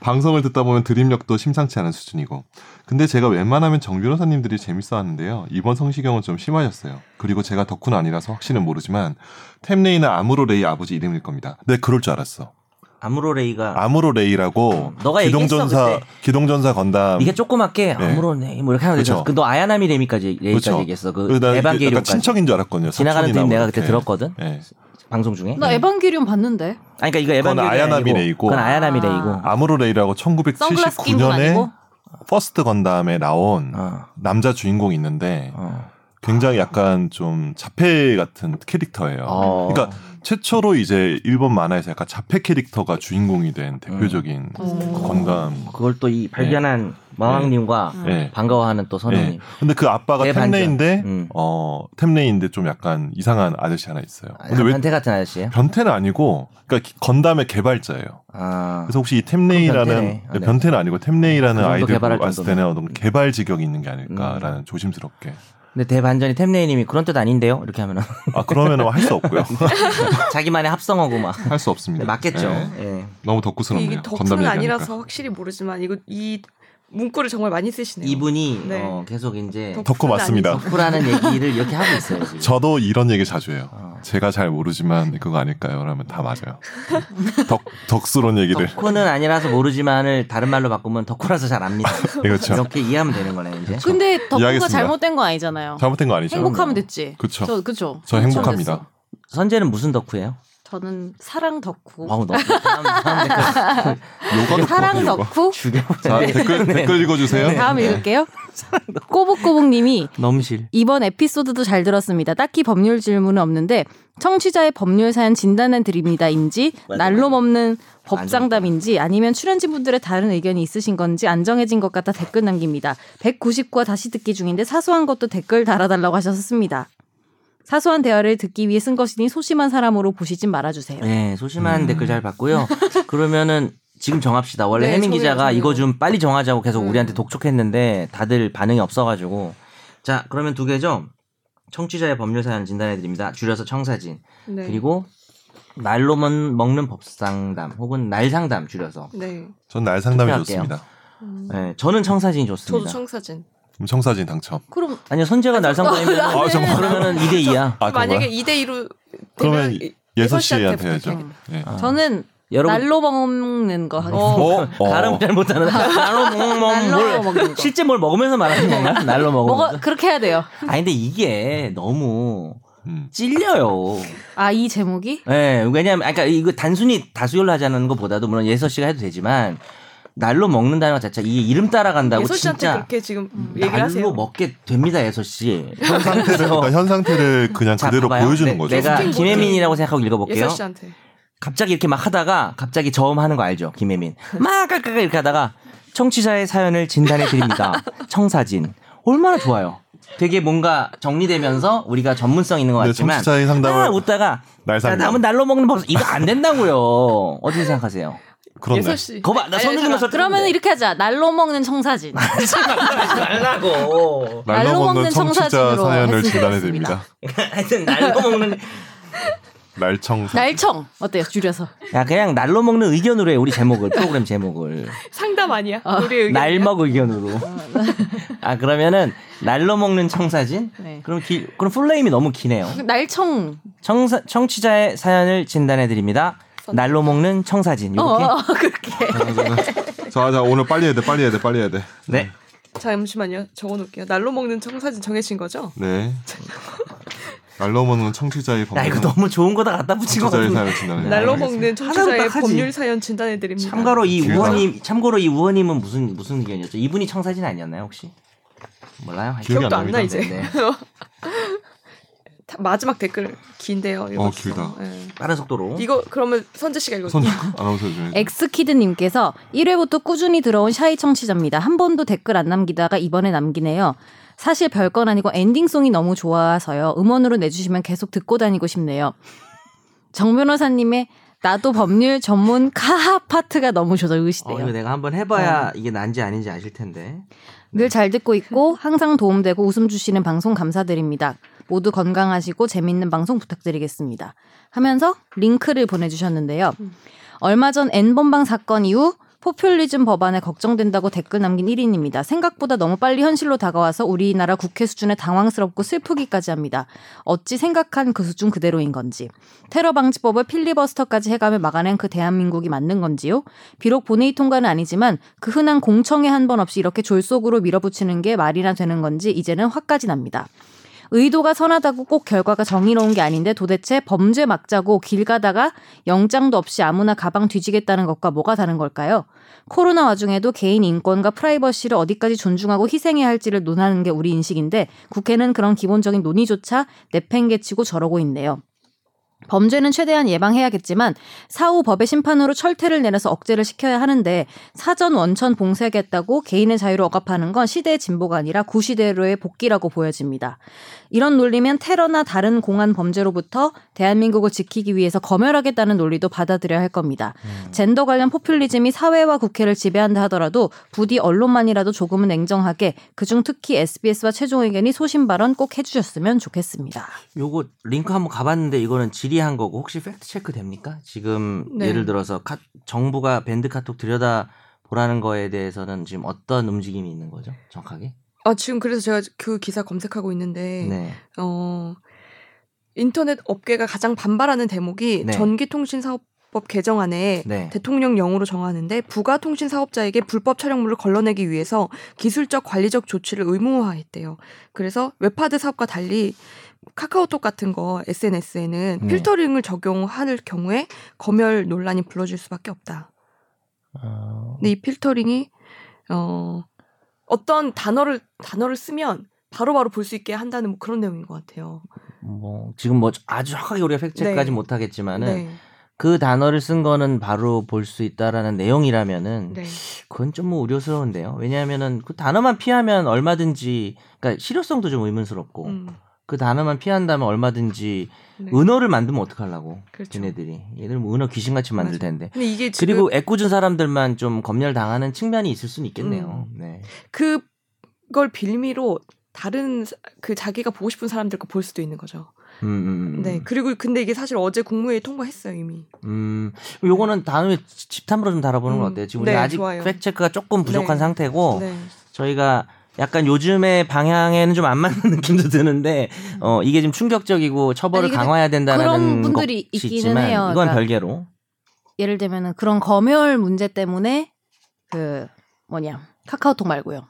Speaker 5: 방송을 듣다 보면 드립력도 심상치 않은 수준이고. 근데 제가 웬만하면 정 변호사님들이 재밌어 하는데요. 이번 성시경은 좀 심하셨어요. 그리고 제가 덕후는 아니라서 확신은 모르지만 템레이나 아무로레이 아버지 이름일 겁니다.
Speaker 4: 네, 그럴 줄 알았어.
Speaker 2: 아무로레이가
Speaker 4: 아무로 레이라고
Speaker 2: 음, 너가 얘기했어,
Speaker 4: 기동전사
Speaker 2: 그때.
Speaker 4: 기동전사 건담.
Speaker 2: 이게 조그맣게 아무로레이 뭐 이렇게 하면 되죠.
Speaker 4: 음. 네. 그쵸.
Speaker 2: 그너 아야나미 레미까지 레이까지
Speaker 4: 그쵸.
Speaker 2: 얘기했어. 그
Speaker 4: 그나 이게
Speaker 2: 에반게리온까지
Speaker 4: 약간 친척인 줄 알았거든요.
Speaker 2: 지나가는
Speaker 4: 사촌이나
Speaker 2: 팀 내가
Speaker 4: 뭐
Speaker 2: 그때
Speaker 4: 이렇게.
Speaker 2: 들었거든
Speaker 5: 네.
Speaker 4: 예.
Speaker 2: 방송 중에.
Speaker 4: 네.
Speaker 3: 나 에반게리온 봤는데.
Speaker 2: 아니 그러니까 이거
Speaker 4: 그건
Speaker 2: 에반게리온
Speaker 4: 아야나미
Speaker 2: 아니고,
Speaker 4: 레이고.
Speaker 2: 그건 아야나미
Speaker 3: 아.
Speaker 2: 레이고.
Speaker 4: 아무로 레이라고
Speaker 3: 선글라스 낀건 아니고?
Speaker 4: 1979년에 퍼스트 건담에 나온
Speaker 2: 어,
Speaker 4: 남자 주인공이 있는데
Speaker 2: 어.
Speaker 4: 굉장히 약간 좀 자폐 같은 캐릭터예요.
Speaker 2: 어.
Speaker 4: 그러니까 최초로 이제 일본 만화에서 약간 자폐 캐릭터가 주인공이
Speaker 2: 음.
Speaker 4: 된 대표적인
Speaker 3: 음.
Speaker 4: 건담.
Speaker 2: 그걸 또 이 네. 발견한 마왕님과
Speaker 4: 예.
Speaker 2: 반가워하는 또 선우님.
Speaker 4: 예. 근데 그 아빠가
Speaker 2: 아, 네, 대반전.
Speaker 4: 템레인데
Speaker 2: 음.
Speaker 4: 어 템레인데 좀 약간 이상한 아저씨 하나 있어요.
Speaker 2: 아,
Speaker 4: 근데 왜
Speaker 2: 변태 같은 아저씨예요?
Speaker 4: 변태는 아니고 그러니까 기- 건담의 개발자예요.
Speaker 2: 아,
Speaker 4: 그래서 혹시 이 템레이라는
Speaker 2: 그럼 변태네. 아, 네.
Speaker 4: 변태는 아니고 템레이라는
Speaker 2: 그 정도
Speaker 4: 아이들
Speaker 2: 개발할 음.
Speaker 4: 봤을 때는 어떤 개발 직역이 있는 게 아닐까라는 조심스럽게.
Speaker 2: 근데 대반전이 템레이님이 그런 뜻 아닌데요? 이렇게 하면은
Speaker 4: 아 그러면은 할 수 없고요.
Speaker 2: 자기만의 합성어고 막
Speaker 5: 할 수 없습니다.
Speaker 2: 네, 맞겠죠.
Speaker 5: 예.
Speaker 2: 예.
Speaker 5: 너무
Speaker 1: 이게
Speaker 5: 덕후스럽네요. 건담
Speaker 1: 덕후는
Speaker 5: 얘기하니까.
Speaker 1: 아니라서 확실히 모르지만 이거 이 문구를 정말 많이 쓰시네요.
Speaker 2: 이분이
Speaker 1: 네.
Speaker 2: 어, 계속 이제
Speaker 1: 덕-
Speaker 4: 덕후 맞습니다.
Speaker 2: 덕후라는 얘기를 이렇게 하고 있어요. 지금.
Speaker 4: 저도 이런 얘기 자주 해요.
Speaker 2: 어.
Speaker 4: 제가 잘 모르지만 그거 아닐까요? 라면 다 맞아요. 덕 덕스러운 얘기를.
Speaker 2: 덕후는 아니라서 모르지만을 다른 말로 바꾸면 덕후라서 잘 압니다.
Speaker 4: 그렇죠.
Speaker 2: 이렇게 이해하면 되는 거네 이제.
Speaker 3: 근데 덕후가
Speaker 4: 이해하겠습니다.
Speaker 3: 잘못된 거 아니잖아요.
Speaker 4: 잘못된 거 아니죠?
Speaker 3: 행복하면 됐지.
Speaker 4: 그쵸.
Speaker 3: 저 그쵸.
Speaker 4: 저 행복합니다.
Speaker 2: 선재는 무슨 덕후예요?
Speaker 3: 저는 사랑 덕후.
Speaker 2: 와우 너무 다음, 다음 댓글
Speaker 4: 요가 덕후
Speaker 3: 사랑
Speaker 4: 같아요, 네. 요가.
Speaker 3: 덕후.
Speaker 4: 자,
Speaker 2: 죽여버렸네.
Speaker 4: 댓글,
Speaker 2: 네.
Speaker 4: 댓글 읽어주세요.
Speaker 3: 다음 읽을게요. 꼬북꼬북님이
Speaker 2: 넘실.
Speaker 3: 이번 에피소드도 잘 들었습니다. 딱히 법률 질문은 없는데 청취자의 법률 사연 진단해 드립니다인지
Speaker 2: 맞아,
Speaker 3: 날로
Speaker 2: 맞아.
Speaker 3: 먹는 법상담인지 아니면 출연진 분들의 다른 의견이 있으신 건지 안 정해진 것 같아 댓글 남깁니다. 190과 다시 듣기 중인데 사소한 것도 댓글 달아달라고 하셨습니다. 사소한 대화를 듣기 위해 쓴 것이니 소심한 사람으로 보시진 말아주세요.
Speaker 2: 네, 소심한
Speaker 4: 음.
Speaker 2: 댓글 잘 봤고요. 그러면은 지금 정합시다. 원래
Speaker 1: 네,
Speaker 2: 해민
Speaker 1: 정해요,
Speaker 2: 기자가
Speaker 1: 정해요.
Speaker 2: 이거 좀 빨리 정하자고 계속
Speaker 3: 음.
Speaker 2: 우리한테 독촉했는데 다들 반응이 없어가지고 자 그러면 두 개죠. 청취자의 법률 사연 진단해 드립니다. 줄여서 청사진
Speaker 1: 네.
Speaker 2: 그리고 날로 먹- 먹는 법상담 혹은 날상담 줄여서.
Speaker 1: 네.
Speaker 4: 전 날 상담이
Speaker 2: 투표할게요.
Speaker 4: 좋습니다.
Speaker 1: 음,
Speaker 2: 네, 저는 청사진이
Speaker 1: 저도
Speaker 2: 좋습니다.
Speaker 1: 청사진.
Speaker 4: 그럼 청사진 당첨.
Speaker 3: 그럼
Speaker 2: 아니요 선재가 날상담이면
Speaker 4: 아, 정말?
Speaker 2: 그러면은 2대 2야.
Speaker 4: 아,
Speaker 1: 만약에
Speaker 4: 그거야?
Speaker 1: 2대 2로
Speaker 4: 그러면 예서 씨한테
Speaker 1: 해야죠.
Speaker 4: 해야죠. 예.
Speaker 2: 아.
Speaker 3: 저는
Speaker 2: 여러분
Speaker 3: 날로 먹는 거 하겠습니다.
Speaker 4: 어? 어.
Speaker 2: 발음 잘 못하는 날로 먹는 뭘
Speaker 3: 날로 먹는 거.
Speaker 2: 실제 뭘 먹으면서 말하는 건가? 날로 먹으면서.
Speaker 3: 먹어 그렇게 해야 돼요.
Speaker 2: 아니 근데 이게 너무
Speaker 4: 음.
Speaker 2: 찔려요.
Speaker 3: 아 이 제목이
Speaker 2: 예, 왜냐면 아까 이거 단순히 다수결로 하자는 것보다도 물론 예서 씨가 해도 되지만 날로 먹는 단어 자체 이 이름 따라간다고
Speaker 1: 예솔 씨한테
Speaker 2: 진짜 음.
Speaker 1: 그렇게 지금 얘기를
Speaker 2: 날로
Speaker 1: 하세요.
Speaker 2: 먹게 됩니다 예서 씨.
Speaker 4: 현 상태를, 그러니까 현 상태를 그냥
Speaker 2: 자,
Speaker 4: 그대로
Speaker 2: 봐봐요.
Speaker 4: 보여주는
Speaker 2: 네,
Speaker 4: 거죠.
Speaker 2: 내가
Speaker 1: 소팅
Speaker 2: 김혜민이라고 생각하고
Speaker 1: 예솔
Speaker 2: 읽어볼게요.
Speaker 1: 씨한테.
Speaker 2: 갑자기 이렇게 막 하다가 갑자기 저음하는 거 알죠? 김혜민. 막 깔깔깔 이렇게 하다가 청취자의 사연을 진단해 드립니다. 청사진. 얼마나 좋아요. 되게 뭔가 정리되면서 우리가 전문성 있는 것
Speaker 4: 네,
Speaker 2: 같지만
Speaker 4: 청취자의 상담을
Speaker 2: 아, 웃다가
Speaker 4: 날
Speaker 2: 야,
Speaker 4: 상담.
Speaker 2: 남은 날로 먹는 법 이거 안 된다고요. 어떻게 생각하세요?
Speaker 4: 그렇네.
Speaker 1: 예솔 씨.
Speaker 2: 거봐 나
Speaker 1: 아니,
Speaker 2: 선우님만
Speaker 1: 잠깐.
Speaker 2: 썼
Speaker 3: 그러면 이렇게 하자. 날로 먹는 청사진.
Speaker 2: 말라고.
Speaker 3: 날로
Speaker 4: 날로 먹는
Speaker 3: 먹는
Speaker 4: 청취자
Speaker 3: 청사진으로
Speaker 4: 사연을
Speaker 3: 했으면
Speaker 4: 진단해
Speaker 3: 좋겠습니다.
Speaker 4: 드립니다.
Speaker 2: 하여튼 날로 먹는
Speaker 4: 날청.
Speaker 3: 날청 어때요? 줄여서
Speaker 2: 야 그냥 날로 먹는 의견으로 해 우리 제목을 프로그램 제목을
Speaker 1: 상담 아니야. 우리 의견.
Speaker 2: 날먹 의견으로.
Speaker 1: 어, 네.
Speaker 2: 아 그러면은 날로 먹는 청사진?
Speaker 3: 네.
Speaker 2: 그럼 기, 그럼 풀네임이 너무 기네요.
Speaker 3: 날청
Speaker 2: 청사, 청취자의 사연을 진단해 드립니다. 날로 먹는 청사진 이렇게.
Speaker 3: 어 그렇게
Speaker 4: 자, 자, 오늘 빨리 해야 돼, 빨리 해야 돼, 빨리 해야 돼.
Speaker 2: 네.
Speaker 1: 잠시만요. 적어 놓을게요. 날로 먹는 청사진 정해진 거죠?
Speaker 4: 네. 날로 먹는 청취자의
Speaker 2: 야 이거
Speaker 4: 법률.
Speaker 2: 너무 좋은 거다 갖다 붙인 거
Speaker 4: 청취자의
Speaker 2: 같은데.
Speaker 4: 사연을 진단해.
Speaker 1: 날로
Speaker 2: 네, 알겠습니다.
Speaker 1: 먹는 청취자의
Speaker 2: 하나로 딱 하지.
Speaker 1: 법률 사연 진단해 드립니다.
Speaker 2: 참고로 이
Speaker 4: 길다.
Speaker 2: 우원님, 참고로 이 우원님은 무슨 무슨 의견이었죠? 이분이 청사진 아니었나요 혹시? 몰라요. 하여튼.
Speaker 4: 기억이 안
Speaker 1: 기억도 안 나
Speaker 4: 납니다.
Speaker 1: 이제.
Speaker 2: 네.
Speaker 1: 다- 마지막 댓글
Speaker 2: 아,
Speaker 1: 긴데요.
Speaker 4: 어,
Speaker 1: 읽어주세요.
Speaker 4: 길다.
Speaker 1: 예.
Speaker 2: 빠른 속도로.
Speaker 1: 이거 그러면 선재 씨가 읽어.
Speaker 4: 선 아나운서 중에.
Speaker 3: 엑스키드님께서 1회부터 꾸준히 들어온 샤이 청취자입니다. 한 번도 댓글 안 남기다가 이번에 남기네요. 사실 별건 아니고 엔딩송이 너무 좋아서요. 음원으로 내주시면 계속 듣고 다니고 싶네요. 정 변호사님의 나도 법률 전문 카하 파트가 너무 저도
Speaker 2: 어,
Speaker 3: 의시대요.
Speaker 2: 이거 내가 한번
Speaker 1: 어.
Speaker 2: 해봐야 이게 난지 아닌지 아실 텐데.
Speaker 3: 늘 잘 듣고 있고 항상 도움되고 웃음 주시는 방송 감사드립니다. 모두 건강하시고 재밌는 방송 부탁드리겠습니다. 하면서 링크를 보내주셨는데요. 얼마 전 N번방 사건 이후 포퓰리즘 법안에 걱정된다고 댓글 남긴 1인입니다. 생각보다 너무 빨리 현실로 다가와서 우리나라 국회 수준에 당황스럽고 슬프기까지 합니다. 어찌 생각한 그 수준 그대로인 건지. 테러 방지법을 필리버스터까지 해가며 막아낸 그 대한민국이 맞는 건지요? 비록 본회의 통과는 아니지만 그 흔한 공청회 한 번 없이 이렇게 졸속으로 밀어붙이는 게 말이나 되는 건지 이제는 화까지 납니다. 의도가 선하다고 꼭 결과가 정의로운 게 아닌데 도대체 범죄 막자고 길 가다가 영장도 없이 아무나 가방 뒤지겠다는 것과 뭐가 다른 걸까요? 코로나 와중에도 개인 인권과 프라이버시를 어디까지 존중하고 희생해야 할지를 논하는 게 우리 인식인데 국회는 그런 기본적인 논의조차 내팽개치고 저러고 있네요. 범죄는 최대한 예방해야겠지만 사후 법의 심판으로 철퇴를 내려서 억제를 시켜야 하는데 사전 원천 봉쇄하겠다고 개인의 자유를 억압하는 건 시대의 진보가 아니라 구시대로의 복귀라고 보여집니다. 이런 논리면 테러나 다른 공안 범죄로부터 대한민국을 지키기 위해서 검열하겠다는 논리도 받아들여야 할 겁니다.
Speaker 2: 음.
Speaker 3: 젠더 관련 포퓰리즘이 사회와 국회를 지배한다 하더라도 부디 언론만이라도 조금은 냉정하게 그중 특히 SBS와 최종 의견이 소신 발언 꼭 해주셨으면 좋겠습니다.
Speaker 2: 요거 링크 한번 가봤는데 이거는 질의한 거고 혹시 팩트 체크 됩니까? 지금
Speaker 1: 네.
Speaker 2: 예를 들어서 카- 정부가 밴드 카톡 들여다 보라는 거에 대해서는 지금 어떤 움직임이 있는 거죠? 정확하게?
Speaker 1: 아 지금 그래서 제가 그 기사 검색하고 있는데
Speaker 2: 네.
Speaker 1: 어 인터넷 업계가 가장 반발하는 대목이
Speaker 2: 네.
Speaker 1: 전기통신사업법 개정안에
Speaker 2: 네.
Speaker 1: 대통령 영으로 정하는데 부가 통신 사업자에게 불법 촬영물을 걸러내기 위해서 기술적 관리적 조치를 의무화했대요. 그래서 웹하드 사업과 달리 카카오톡 같은 거 SNS에는
Speaker 2: 네.
Speaker 1: 필터링을 적용할 경우에 검열 논란이 불러질 수밖에 없다. 근데 이 필터링이 어 어떤 단어를 단어를 쓰면 바로바로 볼 수 있게 한다는 뭐 그런 내용인 것 같아요.
Speaker 2: 뭐 지금 뭐 아주 정확하게 우리가 팩트까지
Speaker 1: 네.
Speaker 2: 못하겠지만은 그 단어를 쓴 거는 바로 볼 수 있다라는 내용이라면은
Speaker 1: 네.
Speaker 2: 그건 좀 뭐 우려스러운데요. 왜냐하면은 그 단어만 피하면 얼마든지 그러니까 실효성도 좀 의문스럽고
Speaker 1: 음,
Speaker 2: 그 단어만 피한다면 얼마든지
Speaker 1: 네.
Speaker 2: 은어를 만들면 어떡하려고
Speaker 1: 그렇죠.
Speaker 2: 얘네들이 얘들 뭐 은어 귀신같이
Speaker 1: 맞아요.
Speaker 2: 만들 텐데.
Speaker 1: 근데 이게 지금
Speaker 2: 그리고 애꿎은 사람들만 좀 검열 당하는 측면이 있을 수는 있겠네요.
Speaker 3: 음.
Speaker 2: 네.
Speaker 1: 그걸 빌미로 다른 사- 그 자기가 보고 싶은 사람들 거 볼 수도 있는 거죠.
Speaker 2: 음, 음, 음.
Speaker 1: 네. 그리고 근데 이게 사실 어제 국무회의 통과했어요 이미.
Speaker 2: 음, 요거는 다음에 지- 집탐으로 좀 다뤄보는 건
Speaker 1: 음,
Speaker 2: 어때요? 지금 우리
Speaker 1: 네,
Speaker 2: 가 아직
Speaker 1: 좋아요.
Speaker 2: 팩체크가 조금 부족한
Speaker 1: 네.
Speaker 2: 상태고
Speaker 1: 네.
Speaker 2: 저희가 약간 요즘의 방향에는 좀 안 맞는 느낌도 드는데 어 이게 좀 충격적이고 처벌을
Speaker 3: 아니, 근데
Speaker 2: 강화해야 된다는
Speaker 3: 그런 분들이
Speaker 2: 것이
Speaker 3: 있기는
Speaker 2: 있지만
Speaker 3: 해요.
Speaker 2: 이건
Speaker 3: 그러니까
Speaker 2: 별개로
Speaker 3: 예를 들면은 그런 검열 문제 때문에 그 뭐냐 카카오톡 말고요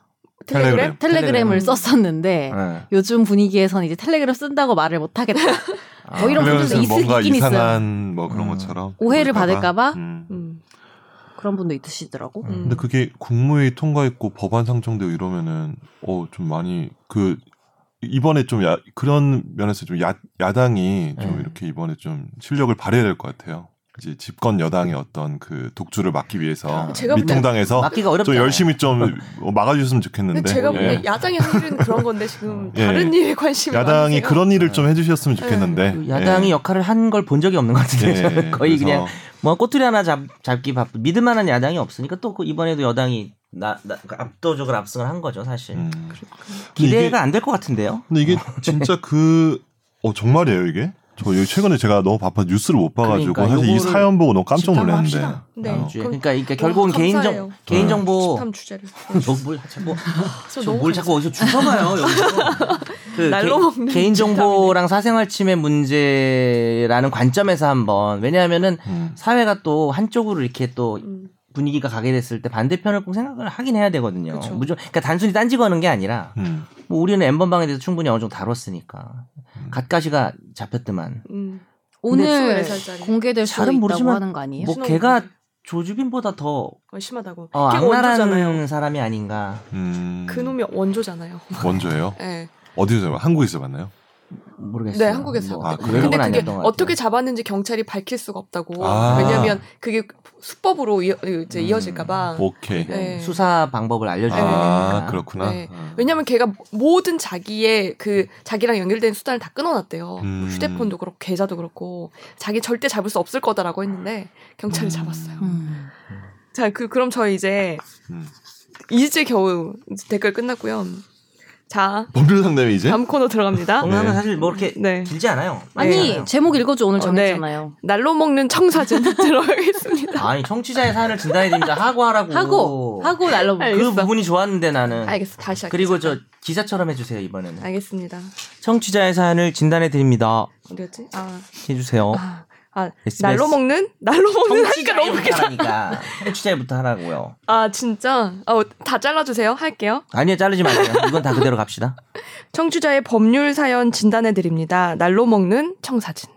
Speaker 4: 텔레그램.
Speaker 3: 텔레그램을
Speaker 1: 텔레그램.
Speaker 3: 썼었는데
Speaker 2: 예.
Speaker 3: 요즘 분위기에선 이제 텔레그램 쓴다고 말을 못하겠다
Speaker 2: 아,
Speaker 3: 뭐 이런
Speaker 4: 그래서
Speaker 3: 분들도 있-
Speaker 4: 뭔가
Speaker 3: 있긴 있어요.
Speaker 4: 이상한 뭐 그런
Speaker 2: 음.
Speaker 4: 것처럼
Speaker 3: 오해를
Speaker 4: 보일까봐.
Speaker 3: 받을까봐
Speaker 4: 음.
Speaker 1: 음.
Speaker 3: 그런 분도 있으시더라고
Speaker 2: 음.
Speaker 4: 근데 그게 국무회의 통과했고 법안 상정되고 이러면은 어 좀 많이 그 이번에 좀 야, 그런 면에서 좀 야, 야당이 좀
Speaker 2: 음.
Speaker 4: 이렇게 이번에 좀 실력을 발휘해야 될 것 같아요. 이제 집권 여당의 어떤 그 독주를 막기 위해서
Speaker 2: 아,
Speaker 1: 제가 볼 때-
Speaker 4: 민통당에서
Speaker 2: 막기가 어렵죠.
Speaker 4: 좀 열심히 좀 어, 막아주셨으면 좋겠는데.
Speaker 1: 근데 제가 볼때
Speaker 4: 예.
Speaker 1: 야당의 소리는 그런 건데
Speaker 2: 어.
Speaker 1: 지금
Speaker 4: 예.
Speaker 1: 다른 일에 관심이
Speaker 4: 야당이
Speaker 1: 많으세요?
Speaker 4: 그런 일을 좀 해주셨으면 좋겠는데.
Speaker 2: 네. 그 야당이 역할을 한 걸 본 적이 없는 것
Speaker 4: 예.
Speaker 2: 같은데 저는
Speaker 4: 예.
Speaker 2: 거의 그냥
Speaker 4: 그래서
Speaker 2: 뭐 꼬투리 하나 잡, 잡기 바쁘 믿을만한 야당이 없으니까 또그 이번에도 여당이 나, 나 그러니까 압도적으로 압승을 한 거죠 사실
Speaker 4: 음.
Speaker 2: 기대가 안 될 것 같은데요.
Speaker 4: 근데 이게 진짜 그, 어, 정말이에요, 이게? 저 여기 최근에 제가 너무 바빠 뉴스를 못 봐가지고
Speaker 2: 그러니까
Speaker 4: 사실 이
Speaker 2: 요거를
Speaker 4: 사연 보고 너무 깜짝
Speaker 2: 집탐을
Speaker 4: 놀랐는데.
Speaker 2: 합시다.
Speaker 1: 네.
Speaker 4: 어.
Speaker 2: 주에.
Speaker 1: 그럼-
Speaker 2: 그러니까, 그러니까 결국은
Speaker 1: 와,
Speaker 2: 개인 정
Speaker 1: 감사해요.
Speaker 2: 개인 정보 뭐,
Speaker 1: 식탐 주제를. 네.
Speaker 2: 저뭘 자꾸 뭐.
Speaker 1: 저
Speaker 2: 저
Speaker 1: 너무
Speaker 2: 뭘 자꾸 어디서 주워봐요 여기서 그
Speaker 1: 날로
Speaker 2: 개-
Speaker 1: 먹는
Speaker 2: 개인 정보랑 사생활 침해 문제라는 관점에서 한번 왜냐하면은
Speaker 4: 음.
Speaker 2: 사회가 또 한쪽으로 이렇게 또
Speaker 1: 음,
Speaker 2: 분위기가 가게 됐을 때 반대편을 꼭 생각을 하긴 해야 되거든요.
Speaker 1: 그쵸.
Speaker 2: 무조, 그러니까 단순히 딴지 거는 게 아니라
Speaker 4: 음.
Speaker 2: 뭐 우리는 엠번방에 대해서 충분히 어느 정도 다뤘으니까
Speaker 4: 음.
Speaker 2: 갓가시가 잡혔더만
Speaker 1: 음.
Speaker 3: 오늘
Speaker 1: 24살짜리.
Speaker 3: 공개될 수도
Speaker 2: 네 잘은
Speaker 3: 있다고
Speaker 2: 모르지만
Speaker 3: 하는 거 아니에요?
Speaker 2: 뭐
Speaker 1: 신호등.
Speaker 2: 걔가 조주빈보다 더
Speaker 1: 어, 심하다고.
Speaker 2: 어,
Speaker 1: 걔가 원조잖아요.
Speaker 2: 악랄한 사람이 아닌가.
Speaker 4: 음.
Speaker 1: 그놈이 원조잖아요.
Speaker 4: 원조예요?
Speaker 1: 네.
Speaker 4: 어디서 봐? 한국에서 만나요?
Speaker 2: 모르겠어요.
Speaker 1: 네, 한국에서.
Speaker 2: 뭐,
Speaker 4: 아, 그래요?
Speaker 2: 외국은
Speaker 1: 근데 그게
Speaker 2: 아니었던 것 같아요.
Speaker 1: 어떻게 잡았는지 경찰이 밝힐 수가 없다고.
Speaker 4: 아.
Speaker 1: 왜냐면 그게 수법으로 이어, 이제
Speaker 2: 음.
Speaker 1: 이어질까봐.
Speaker 4: 오케이.
Speaker 1: 네.
Speaker 2: 수사 방법을 알려줘야 되니까.
Speaker 4: 아, 그렇구나.
Speaker 1: 네. 왜냐면 걔가 모든 자기의 그 자기랑 연결된 수단을 다 끊어놨대요.
Speaker 4: 음.
Speaker 1: 뭐 휴대폰도 그렇고 계좌도 그렇고 자기 절대 잡을 수 없을 거다라고 했는데 경찰이
Speaker 4: 음.
Speaker 1: 잡았어요.
Speaker 3: 음.
Speaker 1: 자, 그 그럼 저희 이제
Speaker 4: 음.
Speaker 1: 이제 겨우 이제 댓글 끝났고요. 자,
Speaker 4: 법률 상담이 이제?
Speaker 1: 다음 코너 네? 들어갑니다.
Speaker 2: 오늘 하면
Speaker 4: 네.
Speaker 2: 사실 뭐 이렇게
Speaker 1: 네.
Speaker 2: 길지 않아요.
Speaker 3: 아니
Speaker 2: 네.
Speaker 3: 제목 읽어줘 오늘
Speaker 1: 어,
Speaker 3: 정했잖아요
Speaker 1: 날로 먹는 청사진 들어가겠습니다.
Speaker 2: 아니 청취자의 사연을 진단해 드립니다. 하고 하라고.
Speaker 3: 하고 하고 날로
Speaker 2: 그
Speaker 1: 알겠어.
Speaker 2: 부분이 좋았는데 나는.
Speaker 1: 알겠어. 아. 다시 할게요.
Speaker 2: 그리고 저 기사처럼 해주세요 이번에는.
Speaker 1: 알겠습니다.
Speaker 2: 청취자의 사연을 진단해 드립니다.
Speaker 1: 어디였지? 아,
Speaker 2: 해주세요.
Speaker 1: 아, 아
Speaker 2: SBS.
Speaker 1: 날로 먹는 날로 먹는 하니까
Speaker 2: 청취자부터
Speaker 1: 너무 웃기다.
Speaker 2: 하라니까. 청취자부터 하라고요.
Speaker 1: 아 진짜. 어, 다 잘라주세요. 할게요.
Speaker 2: 아니요 자르지 마세요. 이건 다 그대로 갑시다.
Speaker 1: 청취자의 법률 사연 진단해 드립니다. 날로 먹는 청사진.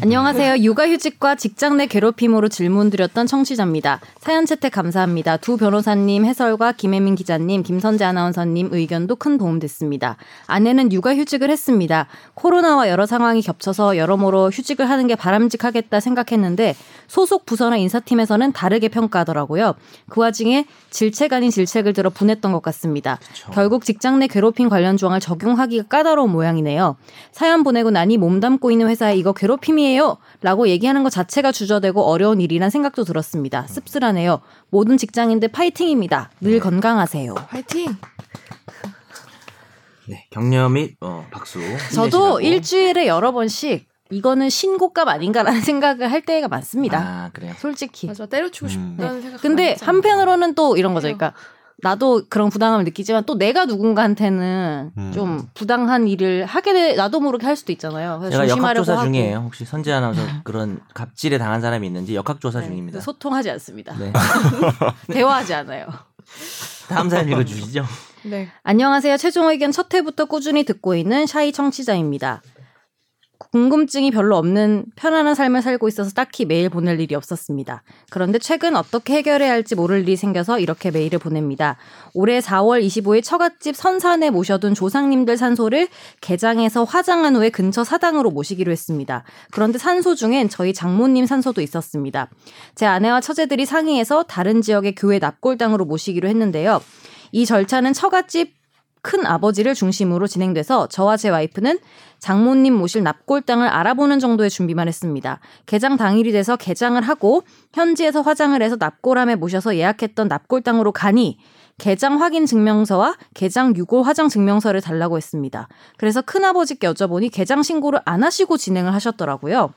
Speaker 3: 안녕하세요. 육아휴직과 직장 내 괴롭힘으로 질문드렸던 청취자입니다. 사연 채택 감사합니다. 두 변호사님, 해설과 김혜민 기자님, 김선재 아나운서님 의견도 큰 도움 됐습니다. 아내는 육아휴직을 했습니다. 코로나와 여러 상황이 겹쳐서 여러모로 휴직을 하는 게 바람직하겠다 생각했는데 소속 부서나 인사팀에서는 다르게 평가하더라고요. 그 와중에 질책 아닌 질책을 들어 분했던 것 같습니다. 결국 직장 내 괴롭힘 관련 조항을 적용하기가 까다로운 모양이네요. 사연 보내고 나니 몸담고 있는 회사에 이거 괴롭힘이에요. 라고 얘기하는 것 자체가 주저되고 어려운 일이란 생각도 들었습니다. 씁쓸하네요. 모든 직장인들 파이팅입니다. 늘 건강하세요.
Speaker 1: 화이팅.
Speaker 2: 네, 격려 및 어, 박수.
Speaker 3: 저도
Speaker 2: 힘내시라고.
Speaker 3: 일주일에 여러 번씩 이거는 신고값 아닌가라는 생각을 할 때가 많습니다.
Speaker 2: 아 그래요.
Speaker 3: 솔직히. 네.
Speaker 1: 맞아 때려치고
Speaker 4: 음.
Speaker 1: 싶다는 생각.
Speaker 3: 근데 한편으로는 또 이런 거죠. 그러니까 나도 그런 부당함을 느끼지만 또 내가 누군가한테는
Speaker 4: 음.
Speaker 3: 좀 부당한 일을 하게 돼- 나도 모르게 할 수도 있잖아요. 그래서
Speaker 2: 제가
Speaker 3: 조심하려고
Speaker 2: 역학조사
Speaker 3: 하고
Speaker 2: 중이에요. 혹시 선재 아나운서 그런 갑질에 당한 사람이 있는지 역학조사
Speaker 3: 네,
Speaker 2: 중입니다.
Speaker 3: 소통하지 않습니다.
Speaker 2: 네.
Speaker 3: 대화하지 않아요.
Speaker 2: 다음 사연 읽어주시죠.
Speaker 1: 네.
Speaker 3: 안녕하세요. 최종 의견 첫 회부터 꾸준히 듣고 있는 샤이 청취자입니다. 궁금증이 별로 없는 편안한 삶을 살고 있어서 딱히 메일 보낼 일이 없었습니다. 그런데 최근 어떻게 해결해야 할지 모를 일이 생겨서 이렇게 메일을 보냅니다. 올해 4월 25일 처갓집 선산에 모셔둔 조상님들 산소를 개장해서 화장한 후에 근처 사당으로 모시기로 했습니다. 그런데 산소 중엔 저희 장모님 산소도 있었습니다. 제 아내와 처제들이 상의해서 다른 지역의 교회 납골당으로 모시기로 했는데요. 이 절차는 처갓집 큰 아버지를 중심으로 진행돼서 저와 제 와이프는 장모님 모실 납골당을 알아보는 정도의 준비만 했습니다. 개장 당일이 돼서 개장을 하고 현지에서 화장을 해서 납골함에 모셔서 예약했던 납골당으로 가니 개장 확인 증명서와 개장 유골 화장 증명서를 달라고 했습니다. 그래서 큰아버지께 여쭤보니 개장 신고를 안 하시고 진행을 하셨더라고요.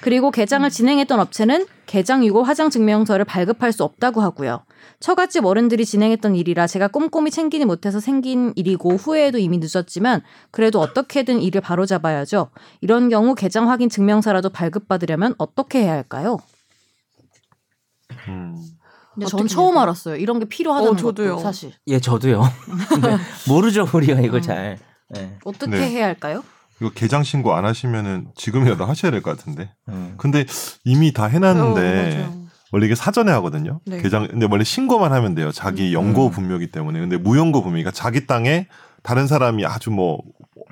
Speaker 3: 그리고 개장을 진행했던 업체는 개장 유골 화장 증명서를 발급할 수 없다고 하고요. 처갓집 어른들이 진행했던 일이라 제가 꼼꼼히 챙기지 못해서 생긴 일이고 후회에도 이미 늦었지만 그래도 어떻게든 일을 바로잡아야죠. 이런 경우 개장 확인 증명서라도 발급받으려면 어떻게 해야 할까요?
Speaker 4: 음.
Speaker 3: 근데
Speaker 1: 어떻게
Speaker 3: 전 처음
Speaker 1: 해야 돼요?
Speaker 3: 알았어요. 이런 게 필요하다는
Speaker 1: 어, 저도요.
Speaker 3: 것도 사실.
Speaker 2: 예, 저도요. 근데 네, 모르죠, 우리가 이걸
Speaker 3: 음.
Speaker 2: 잘. 예.
Speaker 3: 어떻게
Speaker 4: 네.
Speaker 3: 해야 할까요?
Speaker 4: 이거 개장 신고 안 하시면은 지금이라도 하셔야 될 것 같은데.
Speaker 2: 음.
Speaker 4: 근데 이미 다 해놨는데
Speaker 1: 어, 맞아요.
Speaker 4: 원래 이게 사전에 하거든요.
Speaker 1: 네.
Speaker 4: 개장 근데 원래 신고만 하면 돼요. 자기
Speaker 2: 음.
Speaker 4: 연고 분묘기 때문에. 근데 무연고 분묘니까 자기 땅에 다른 사람이 아주 뭐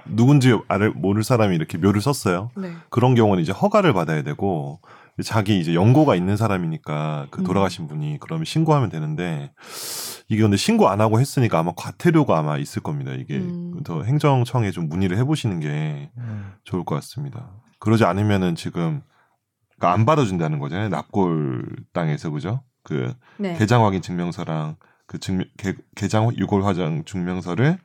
Speaker 4: 누군지 알을 모를 사람이 이렇게 묘를 썼어요.
Speaker 1: 네.
Speaker 4: 그런 경우는 이제 허가를 받아야 되고 자기 이제 연고가 있는 사람이니까 그
Speaker 3: 음.
Speaker 4: 돌아가신 분이 그러면 신고하면 되는데 이게 근데 신고 안 하고 했으니까 아마 과태료가 아마 있을 겁니다. 이게
Speaker 1: 음.
Speaker 4: 더 행정청에 좀 문의를 해보시는 게
Speaker 2: 음.
Speaker 4: 좋을 것 같습니다. 그러지 않으면은 지금 그러니까 안 받아준다는 거잖아요. 납골 땅에서 그죠? 그
Speaker 3: 네.
Speaker 4: 개장 확인 증명서랑 그 증명, 개, 개장 유골 화장 증명서를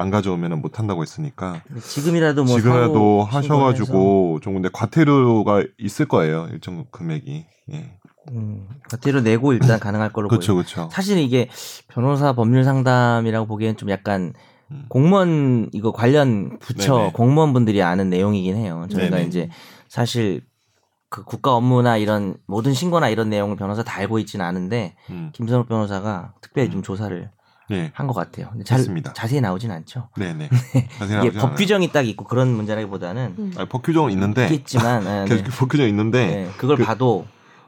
Speaker 4: 안 가져오면은 못 한다고 했으니까
Speaker 2: 근데 지금이라도 뭐
Speaker 4: 지금이라도
Speaker 2: 사고 신고를
Speaker 4: 하셔가지고 좀 근데 과태료가 있을 거예요 일정 금액이. 예.
Speaker 2: 해서, 음, 과태료 내고 일단 가능할 걸로
Speaker 4: 그렇죠,
Speaker 2: 보여요.
Speaker 4: 그렇죠.
Speaker 2: 사실 이게 변호사 법률 상담이라고 보기엔 좀 약간
Speaker 4: 음.
Speaker 2: 공무원 이거 관련 부처
Speaker 4: 네네.
Speaker 2: 공무원분들이 아는 내용이긴 해요. 저희가
Speaker 4: 네네.
Speaker 2: 이제 사실 그 국가 업무나 이런 모든 신고나 이런 내용을 변호사 다 알고 있지는 않은데
Speaker 4: 음.
Speaker 2: 김선욱 변호사가 특별히 좀
Speaker 4: 음.
Speaker 2: 조사를
Speaker 4: 예.
Speaker 2: 한 것 같아요. 근데 잘
Speaker 4: 맞습니다.
Speaker 2: 자세히 나오진 않죠.
Speaker 4: 네, 네.
Speaker 2: 이게 예, 법 규정이 딱 있고 그런 문제라기보다는
Speaker 1: 음.
Speaker 4: 아, 법 규정은 있는데
Speaker 2: 있겠지만 아, 네.
Speaker 4: 계속 법 규정 있는데
Speaker 2: 네, 그걸
Speaker 4: 그-
Speaker 2: 봐도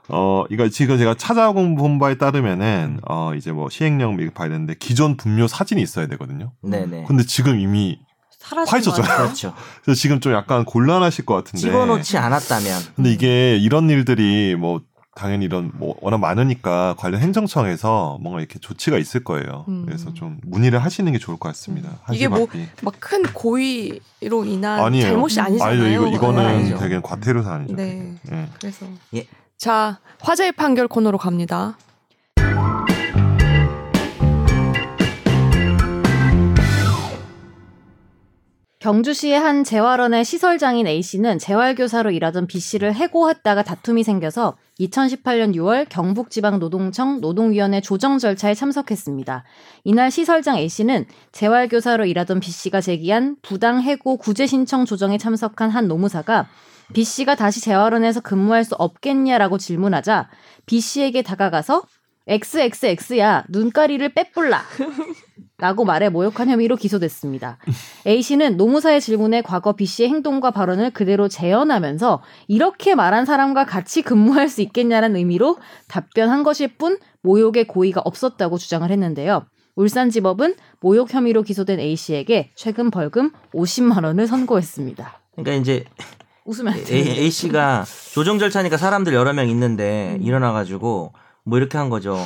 Speaker 4: 어, 이거 지금 제가 찾아본 바에 따르면은, 어, 이제 뭐 시행령 이거 봐야 되는데, 기존 분묘 사진이 있어야 되거든요.
Speaker 2: 네네
Speaker 4: 근데 지금 이미,
Speaker 3: 사라진
Speaker 4: 화해졌어요.
Speaker 3: 거 아니에요?
Speaker 2: 그렇죠.
Speaker 4: 그래서 지금 좀 약간 곤란하실 것 같은데.
Speaker 2: 집어넣지 않았다면
Speaker 4: 근데 이게 이런 일들이 뭐, 당연히 이런, 뭐, 워낙 많으니까 관련 행정청에서 뭔가 이렇게 조치가 있을 거예요.
Speaker 1: 음.
Speaker 4: 그래서 좀 문의를 하시는 게 좋을 것 같습니다. 하지
Speaker 1: 이게 뭐
Speaker 4: 말기.
Speaker 1: 막 큰 고의로 인한
Speaker 4: 아니에요.
Speaker 1: 잘못이 아니잖아요. 네.
Speaker 4: 아니죠. 이거, 이거는
Speaker 1: 아니죠.
Speaker 4: 되게 과태료 사안이죠.
Speaker 1: 네.
Speaker 4: 되게. 예.
Speaker 1: 그래서
Speaker 2: 예.
Speaker 1: 자 화제의 판결 코너로 갑니다.
Speaker 3: 경주시의 한 재활원의 시설장인 A씨는 재활교사로 일하던 B씨를 해고했다가 다툼이 생겨서 2018년 6월 경북지방노동청 노동위원회 조정 절차에 참석했습니다. 이날 시설장 A씨는 재활교사로 일하던 B씨가 제기한 부당해고 구제신청 조정에 참석한 한 노무사가 B씨가 다시 재활원에서 근무할 수 없겠냐라고 질문하자 B씨에게 다가가서 XXX야 눈가리를 빼뿔라 라고 말해 모욕한 혐의로 기소됐습니다. A씨는 노무사의 질문에 과거 B씨의 행동과 발언을 그대로 재현하면서 이렇게 말한 사람과 같이 근무할 수 있겠냐는 의미로 답변한 것일 뿐 모욕의 고의가 없었다고 주장을 했는데요. 울산지법은 모욕 혐의로 기소된 A씨에게 최근 벌금 50만 원을 선고했습니다.
Speaker 2: 그러니까 이제
Speaker 3: 웃으면 안
Speaker 2: 예, A,
Speaker 3: 돼요.
Speaker 2: A 씨가 조정 절차니까 사람들 여러 명 있는데
Speaker 3: 음.
Speaker 2: 일어나가지고 뭐 이렇게 한 거죠.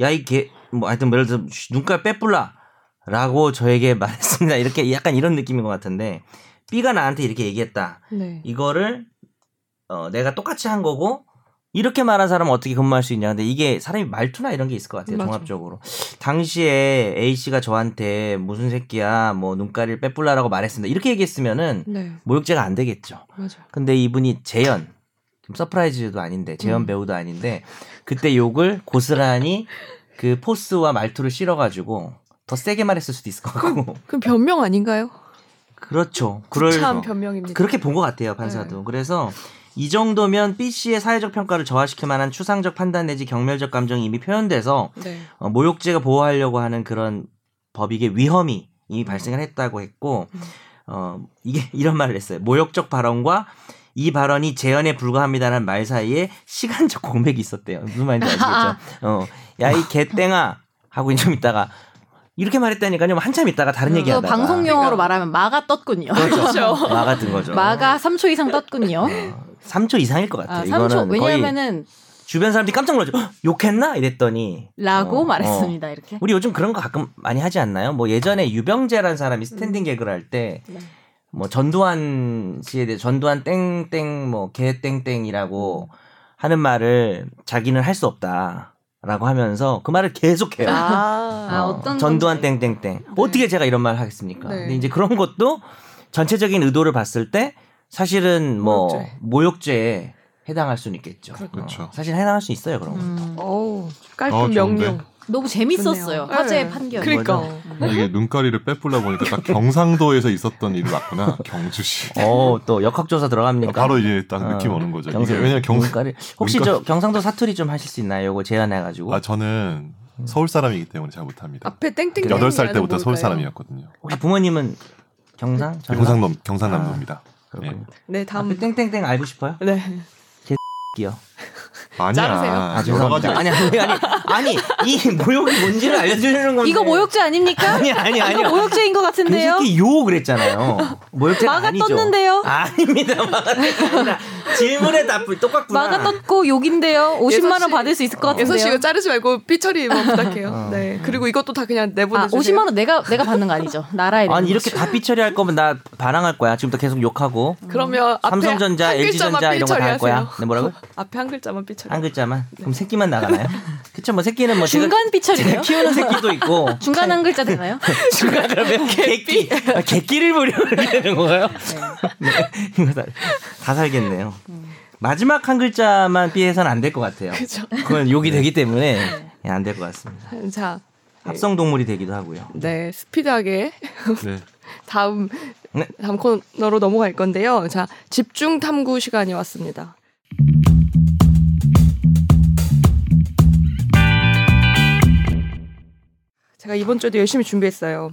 Speaker 2: 야 이 개 뭐 하여튼 예를 들어 눈깔 빼뿔라라고 저에게 말했습니다. 이렇게 약간 이런 느낌인 것 같은데 B가 나한테 이렇게 얘기했다.
Speaker 1: 네.
Speaker 2: 이거를 어, 내가 똑같이 한 거고 이렇게 말한 사람은 어떻게 근무할 수 있냐. 근데 이게 사람이 말투나 이런 게 있을 것 같아요.
Speaker 1: 맞아.
Speaker 2: 종합적으로. 당시에 A 씨가 저한테 무슨 새끼야 뭐 눈깔을 빼뿔라라고 말했습니다. 이렇게 얘기했으면은
Speaker 1: 네.
Speaker 2: 모욕죄가 안 되겠죠.
Speaker 1: 맞아.
Speaker 2: 근데 이분이 재현 좀 서프라이즈도 아닌데 재현
Speaker 1: 음.
Speaker 2: 배우도 아닌데 그때 욕을 고스란히 그 포스와 말투를 실어가지고 더 세게 말했을 수도 있을 것 같고
Speaker 1: 그럼 변명 아닌가요?
Speaker 2: 그렇죠. 그럴
Speaker 1: 참 변명입니다. 네.
Speaker 2: 그렇게 본 것 같아요 판사도. 그래서 이 정도면 B 씨의 사회적 평가를 저하시킬 만한 추상적 판단 내지 경멸적 감정이 이미 표현돼서
Speaker 1: 네.
Speaker 2: 어, 모욕죄가 보호하려고 하는 그런 법익의 위험이 이미
Speaker 3: 음.
Speaker 2: 발생을 했다고 했고
Speaker 1: 음.
Speaker 2: 어 이게 이런 말을 했어요. 모욕적 발언과 이 발언이 재연에 불과합니다라는 말 사이에 시간적 공백이 있었대요. 무슨 말인지 아시겠죠? 어, 야 이 개땡아 하고 이제 좀 있다가 이렇게 말했다니까요. 뭐 한참 있다가 다른
Speaker 3: 그
Speaker 2: 얘기하다가 그러니까
Speaker 3: 방송 용어로 말하면 마가 떴군요.
Speaker 2: 그렇죠. 마가 든 거죠. 어,
Speaker 3: 마가 3초 이상 떴군요.
Speaker 2: 3초 이상일 것 같아요.
Speaker 3: 아,
Speaker 2: 이거는
Speaker 3: 3초.
Speaker 2: 거의
Speaker 3: 왜냐면은
Speaker 2: 주변 사람들이 깜짝 놀라죠. "헉, 욕했나? 이랬더니 어,
Speaker 3: 라고
Speaker 2: 어.
Speaker 3: 말했습니다.
Speaker 1: 네.
Speaker 3: 이렇게.
Speaker 2: 우리 요즘 그런 거 가끔 많이 하지 않나요? 뭐 예전에 유병재라는 사람이 스탠딩 개그를 할 때 뭐
Speaker 1: 음. 네.
Speaker 2: 전두환 씨에 대해 전두환 땡땡 뭐 개
Speaker 1: 음.
Speaker 2: 땡땡이라고 하는 말을 자기는 할 수 없다라고 하면서 그 말을 계속해요.
Speaker 1: 아,
Speaker 3: 아, 어떤
Speaker 2: 전두환
Speaker 3: 건지. 아, 네.
Speaker 2: 땡땡땡 어떻게 제가 이런 말을 하겠습니까?
Speaker 1: 네.
Speaker 2: 근데 이제 그런 것도 전체적인 의도를 봤을 때 사실은 뭐
Speaker 1: 모욕죄.
Speaker 2: 모욕죄. 에 해당할 수는 있겠죠.
Speaker 4: 그렇죠.
Speaker 2: 어, 사실 해당할 수 있어요 그런 거.
Speaker 3: 음,
Speaker 1: 어우,
Speaker 4: 어,
Speaker 1: 깔끔
Speaker 4: 좋은데.
Speaker 1: 명료.
Speaker 3: 너무 재밌었어요.
Speaker 1: 좋네요.
Speaker 3: 화제의
Speaker 1: 네.
Speaker 3: 판결.
Speaker 1: 그러니까.
Speaker 2: 맞아.
Speaker 4: 이게 눈가리를 빼풀다 보니까 딱 경상도에서 있었던 일이 맞구나. 경주시.
Speaker 2: 어또 역학조사 들어갑니까?
Speaker 4: 아, 바로 이제 딱
Speaker 2: 어,
Speaker 4: 느낌 오는 거죠.
Speaker 2: 경상-
Speaker 4: 이게 왜냐면 경
Speaker 2: 문가리. 혹시
Speaker 4: 문가-
Speaker 2: 저 경상도 사투리 좀 하실 수 있나요? 이거 제안해가지고. 음.
Speaker 4: 아 저는 서울 사람이기 때문에 잘 못합니다.
Speaker 1: 앞에 땡땡.
Speaker 4: 여덟 살 때부터 서울 사람이었거든요.
Speaker 2: 혹시 부모님은 경상? 전남?
Speaker 4: 네, 경상도 경상남도입니다.
Speaker 2: 아, 그렇군요.
Speaker 1: 네,
Speaker 2: 다음
Speaker 1: 다음.
Speaker 3: 아,
Speaker 2: 앞에 땡땡땡 알고 싶어요?
Speaker 1: 네.
Speaker 2: 끼요.
Speaker 1: 자르세요.
Speaker 4: 아니야. 여러 가지
Speaker 2: 죄송합니다. 아니 아니 아니 아니 이 모욕이 뭔지를 알려주는 건데.
Speaker 3: 이거 모욕죄 아닙니까?
Speaker 2: 아니 네. 아니 아니.
Speaker 3: 이거 모욕죄인 것
Speaker 2: 그
Speaker 3: 같은데요.
Speaker 2: 새끼 요 그랬잖아요. 모욕죄
Speaker 3: 마가
Speaker 2: 아니죠.
Speaker 3: 떴는데요.
Speaker 2: 아닙니다. 마가 떴습니다. 질문에 답을 똑같구나.
Speaker 3: 마가 떴고 욕인데요. 50만 원
Speaker 1: 예서 씨-
Speaker 3: 받을 수 있을 것
Speaker 1: 예서 씨 이거
Speaker 3: 같은데요.
Speaker 1: 자르지 말고 삐처리만 뭐 부탁해요.
Speaker 2: 어.
Speaker 1: 네. 그리고 이것도 다 그냥 내보내
Speaker 3: 아,
Speaker 1: 주세요.
Speaker 3: 50만 원 내가 내가 받는 거 아니죠. 나라에
Speaker 2: 아니 이렇게 다 삐처리할 거면 나 반항할 거야. 지금부터 계속 욕하고.
Speaker 1: 그러면 앞에
Speaker 2: 삼성전자,
Speaker 1: 한
Speaker 2: LG전자
Speaker 1: 글자만
Speaker 2: 이런 거 다 할 거야.
Speaker 1: 삐처리하세요.
Speaker 2: 네 뭐라고?
Speaker 1: 앞에 한 글자만 삐처리.
Speaker 2: 한 글자만. 그럼 새끼만 나가나요? 그쵸 뭐 새끼는 뭐 제가- 네.
Speaker 3: 중간
Speaker 2: 제가
Speaker 3: 삐처리네요.
Speaker 2: 키우는 새끼도 있고
Speaker 3: 중간 한 글자 되나요?
Speaker 2: 중간 그러면 개끼 아, 개끼를 부리는 건가요? 네. 이거 다, 다 살겠네요. 마지막 한 글자만 삐해서는 안 될 것 같아요.
Speaker 1: 그죠.
Speaker 2: 그건 욕이 되기 때문에 예, 안 될 것 같습니다.
Speaker 1: 자,
Speaker 2: 합성 동물이 되기도 하고요.
Speaker 1: 네 스피드하게
Speaker 4: 네.
Speaker 1: 다음
Speaker 2: 네.
Speaker 1: 다음 코너로 넘어갈 건데요. 자, 집중 탐구 시간이 왔습니다. 제가 이번 주에도 열심히 준비했어요.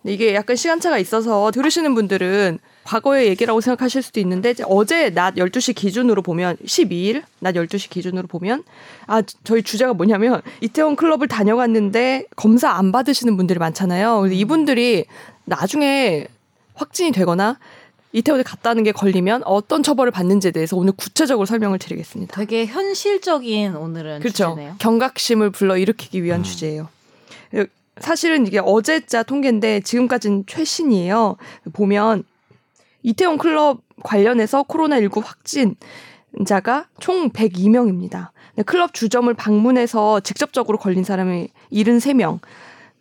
Speaker 1: 근데 이게 약간 시간차가 있어서 들으시는 분들은 과거의 얘기라고 생각하실 수도 있는데 이제 어제 낮 12시 기준으로 보면 12일 낮 12시 기준으로 보면 아 저희 주제가 뭐냐면 이태원 클럽을 다녀갔는데 검사 안 받으시는 분들이 많잖아요. 근데 이분들이 나중에 확진이 되거나 이태원에 갔다는 게 걸리면 어떤 처벌을 받는지에 대해서 오늘 구체적으로 설명을 드리겠습니다.
Speaker 3: 되게 현실적인 오늘은
Speaker 1: 그렇죠.
Speaker 3: 주제네요.
Speaker 1: 경각심을 불러 일으키기 위한 주제예요. 사실은 이게 어제자 통계인데 지금까지는 최신이에요. 보면 이태원 클럽 관련해서 코로나19 확진자가 총 102명입니다. 클럽 주점을 방문해서 직접적으로 걸린 사람이 73명,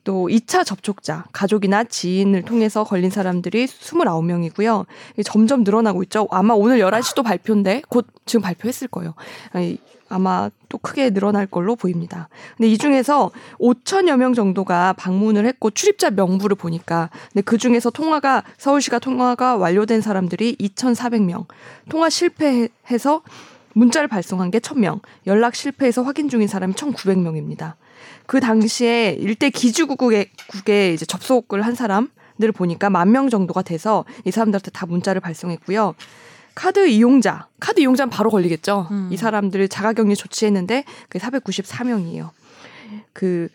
Speaker 1: 또 2차 접촉자, 가족이나 지인을 통해서 걸린 사람들이 29명이고요. 점점 늘어나고 있죠. 아마 오늘 11시도 발표인데 곧 지금 발표했을 거예요. 아니, 아마 또 크게 늘어날 걸로 보입니다. 근데 이 중에서 5천여 명 정도가 방문을 했고 출입자 명부를 보니까 근데 그 중에서 통화가 서울시가 통화가 완료된 사람들이 2,400명, 통화 실패해서 문자를 발송한 게 1,000명, 연락 실패해서 확인 중인 사람이 1,900명입니다. 그 당시에 일대 기지국에 국에 이제 접속을 한 사람들을 보니까 만 명 정도가 돼서 이 사람들한테 다 문자를 발송했고요. 카드 이용자, 카드 이용자는 바로 걸리겠죠.
Speaker 3: 음.
Speaker 1: 이 사람들을 자가격리 조치했는데 그게 494명이에요. 그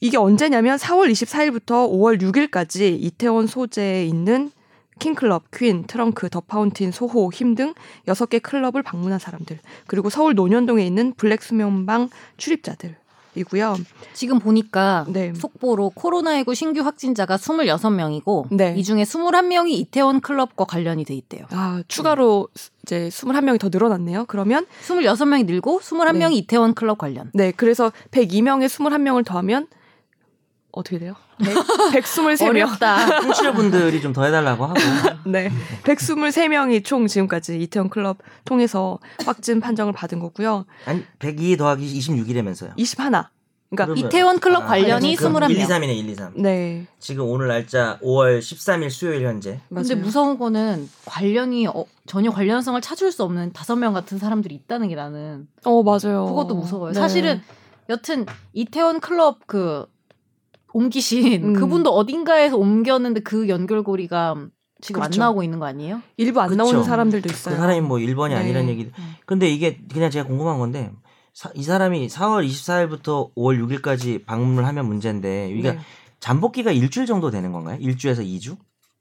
Speaker 1: 이게 언제냐면 4월 24일부터 5월 6일까지 이태원 소재에 있는 킹클럽, 퀸, 트렁크, 더 파운틴, 소호, 힘 등 6개 클럽을 방문한 사람들, 그리고 서울 논현동에 있는 블랙 수면방 출입자들이고요.
Speaker 3: 지금 보니까
Speaker 1: 네.
Speaker 3: 속보로 코로나19 신규 확진자가 26명이고
Speaker 1: 네.
Speaker 3: 이 중에 21명이 이태원 클럽과 관련이 돼 있대요.
Speaker 1: 아, 추가로 이제 21명이 더 늘어났네요. 그러면
Speaker 3: 26명이 늘고 21명이
Speaker 1: 네.
Speaker 3: 이태원 클럽 관련.
Speaker 1: 네, 그래서 102명에 21명을 더하면 어떻게 돼요? 123명.
Speaker 3: 어렵다.
Speaker 2: 청취자분들이 좀 더 해달라고 하고
Speaker 1: 네. 123명이 총 지금까지 이태원 클럽 통해서 확진 판정을 받은 거고요.
Speaker 2: 아니 102 더하기 26이라면서요.
Speaker 1: 21. 그러니까
Speaker 2: 그러면-
Speaker 3: 이태원 클럽
Speaker 2: 아,
Speaker 3: 관련이
Speaker 1: 그럼
Speaker 3: 21명.
Speaker 2: 1, 2, 3이네 1, 2, 3.
Speaker 1: 네
Speaker 2: 지금 오늘 날짜 5월 13일 수요일 현재.
Speaker 1: 맞아요.
Speaker 3: 근데 무서운 거는 관련이 어, 전혀 관련성을 찾을 수 없는 다섯 명 같은 사람들이 있다는 게 나는
Speaker 1: 어 맞아요.
Speaker 3: 그것도 무서워요.
Speaker 1: 네.
Speaker 3: 사실은 여튼 이태원 클럽 그 옮기신
Speaker 1: 음.
Speaker 3: 그분도 어딘가에서 옮겼는데 그 연결고리가 지금
Speaker 1: 그렇죠.
Speaker 3: 안 나오고 있는 거 아니에요?
Speaker 1: 일부 안
Speaker 2: 그쵸.
Speaker 1: 나오는 사람들도
Speaker 2: 그
Speaker 1: 있어요.
Speaker 2: 사람이 뭐 1번이
Speaker 1: 네.
Speaker 2: 아니라는 얘기.
Speaker 3: 음.
Speaker 2: 근데 이게 그냥 제가 궁금한 건데 사- 이 사람이 4월 24일부터 5월 6일까지 방문을 하면 문제인데 이게
Speaker 1: 네.
Speaker 2: 잠복기가 일주일 정도 되는 건가요? 일주에서 2주?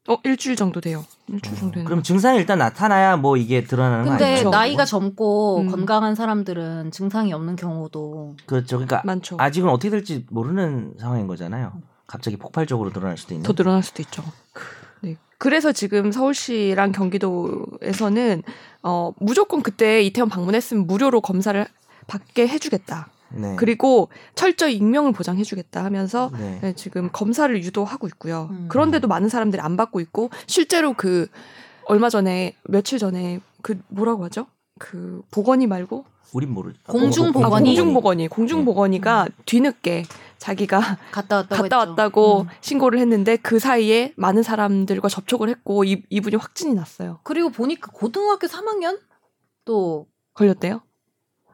Speaker 1: 어 일주일 정도 돼요. 일주일 정도 되는.
Speaker 2: 어, 그럼 증상이 일단 나타나야 뭐 이게 드러나는 거
Speaker 3: 근데
Speaker 2: 아니에요?
Speaker 3: 나이가 젊고
Speaker 1: 음.
Speaker 3: 건강한 사람들은 증상이 없는 경우도
Speaker 2: 그렇죠. 그러니까
Speaker 1: 많죠.
Speaker 2: 아직은 어떻게 될지 모르는 상황인 거잖아요. 갑자기 폭발적으로 드러날 수도 있는.
Speaker 1: 더 늘어날 수도 있죠. 네. 그래서 지금 서울시랑 경기도에서는 어, 무조건 그때 이태원 방문했으면 무료로 검사를 받게 해주겠다.
Speaker 2: 네.
Speaker 1: 그리고 철저히 익명을 보장해주겠다 하면서
Speaker 2: 네.
Speaker 1: 네, 지금 검사를 유도하고 있고요.
Speaker 3: 음.
Speaker 1: 그런데도 많은 사람들이 안 받고 있고 실제로 그 얼마 전에 며칠 전에 그 뭐라고 하죠? 그 보건이 말고
Speaker 2: 우린 모르죠.
Speaker 3: 어, 공중보건이?
Speaker 1: 아,
Speaker 3: 보건이?
Speaker 1: 공중보건이 네. 공중보건이가 뒤늦게 자기가
Speaker 3: 갔다
Speaker 1: 갔다
Speaker 3: 왔다고 했죠.
Speaker 1: 왔다고
Speaker 3: 음.
Speaker 1: 신고를 했는데 그 사이에 많은 사람들과 접촉을 했고 이, 이분이 확진이 났어요.
Speaker 3: 그리고 보니까 고등학교 3학년 또
Speaker 1: 걸렸대요?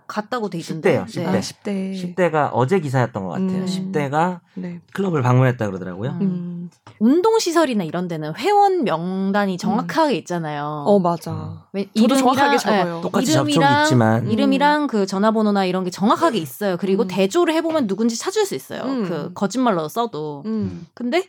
Speaker 3: 갔다고 돼 있던데.
Speaker 2: 10대요,
Speaker 1: 아,
Speaker 2: 네.
Speaker 1: 10대.
Speaker 2: 10대가 어제 기사였던 것 같아요.
Speaker 1: 음.
Speaker 2: 10대가
Speaker 1: 네.
Speaker 2: 클럽을 방문했다 그러더라고요.
Speaker 3: 음.
Speaker 1: 음.
Speaker 3: 운동 시설이나 이런 데는 회원 명단이 정확하게 있잖아요.
Speaker 1: 어, 맞아. 네.
Speaker 3: 왜-
Speaker 1: 저도
Speaker 3: 이름이랑-
Speaker 1: 정확하게
Speaker 3: 예,
Speaker 1: 적어요.
Speaker 2: 음. 똑같이
Speaker 3: 이름이랑-
Speaker 2: 접촉이 있지만
Speaker 1: 음.
Speaker 3: 이름이랑 그 전화번호나 이런 게 정확하게 있어요. 그리고
Speaker 1: 음.
Speaker 3: 대조를 해보면 누군지 찾을 수 있어요.
Speaker 1: 음.
Speaker 3: 그 거짓말로 써도.
Speaker 1: 음.
Speaker 3: 근데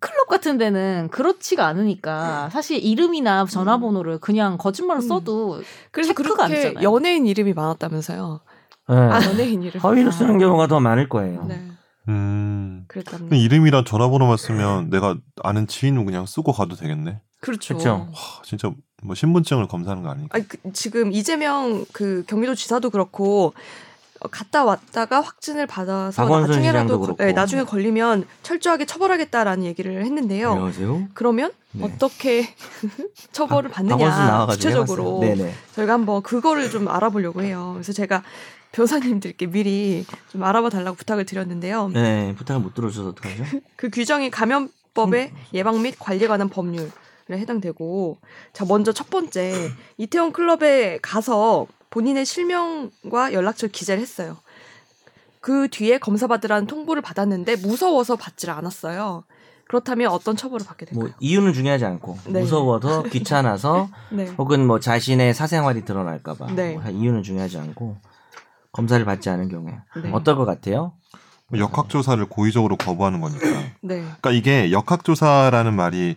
Speaker 3: 클럽 같은 데는 그렇지가 않으니까 사실 이름이나 전화번호를 그냥 거짓말로
Speaker 1: 네. 음.
Speaker 3: 써도
Speaker 1: 그래서
Speaker 3: 체크가 안
Speaker 1: 그렇게
Speaker 3: 되잖아요.
Speaker 1: 연예인 이름이 많았다면서요.
Speaker 2: 네.
Speaker 1: 아, 연예인 이름.
Speaker 2: 허위로 쓰는 경우가 더 많을 거예요.
Speaker 1: 네.
Speaker 4: 음.
Speaker 1: 그랬답니다.
Speaker 4: 그냥 이름이랑 전화번호만 쓰면 내가 아는 지인은 그냥 쓰고 가도 되겠네.
Speaker 1: 그렇죠.
Speaker 2: 그쵸.
Speaker 4: 하, 진짜 뭐 신분증을 검사하는 거 아니니까.
Speaker 1: 아니, 그, 지금 이재명 그 경기도 지사도 그렇고 어, 갔다 왔다가 확진을 받아서
Speaker 2: 박원순
Speaker 1: 나중에라도
Speaker 2: 시장도
Speaker 1: 거-
Speaker 2: 그렇고.
Speaker 1: 네, 나중에 걸리면 철저하게 처벌하겠다라는 얘기를 했는데요.
Speaker 2: 안녕하세요.
Speaker 1: 그러면
Speaker 2: 네.
Speaker 1: 네.
Speaker 2: 아,
Speaker 1: 어떻게 처벌을
Speaker 2: 박원순
Speaker 1: 받느냐
Speaker 2: 나와가지고
Speaker 1: 구체적으로
Speaker 2: 해봤어요. 네네.
Speaker 1: 저희가 한번 그거를 좀 알아보려고 해요. 그래서 제가 변호사님들께 미리 좀 알아봐 달라고 부탁을 드렸는데요.
Speaker 2: 네, 부탁을 못 들어주셔서 어떡하죠?
Speaker 1: 그 규정이
Speaker 2: 음.
Speaker 1: 감염법의 예방 및 관리에 관한 법률에 해당되고 자 먼저 첫 번째 이태원 클럽에 가서 본인의 실명과 연락처 를 기재를 했어요. 그 뒤에 검사 받으라는 통보를 받았는데 무서워서 받지를 않았어요. 그렇다면 어떤 처벌을 받게
Speaker 2: 뭐
Speaker 1: 될까요?
Speaker 2: 이유는 중요하지 않고
Speaker 1: 네.
Speaker 2: 무서워서 귀찮아서
Speaker 1: 네.
Speaker 2: 혹은 뭐 자신의 사생활이 드러날까봐
Speaker 1: 네.
Speaker 2: 뭐 이유는 중요하지 않고 검사를 받지 않은 경우에
Speaker 1: 네.
Speaker 2: 어떨 것 같아요?
Speaker 4: 뭐 역학조사를 고의적으로 거부하는 거니까.
Speaker 1: 네.
Speaker 4: 그러니까 이게 역학조사라는 말이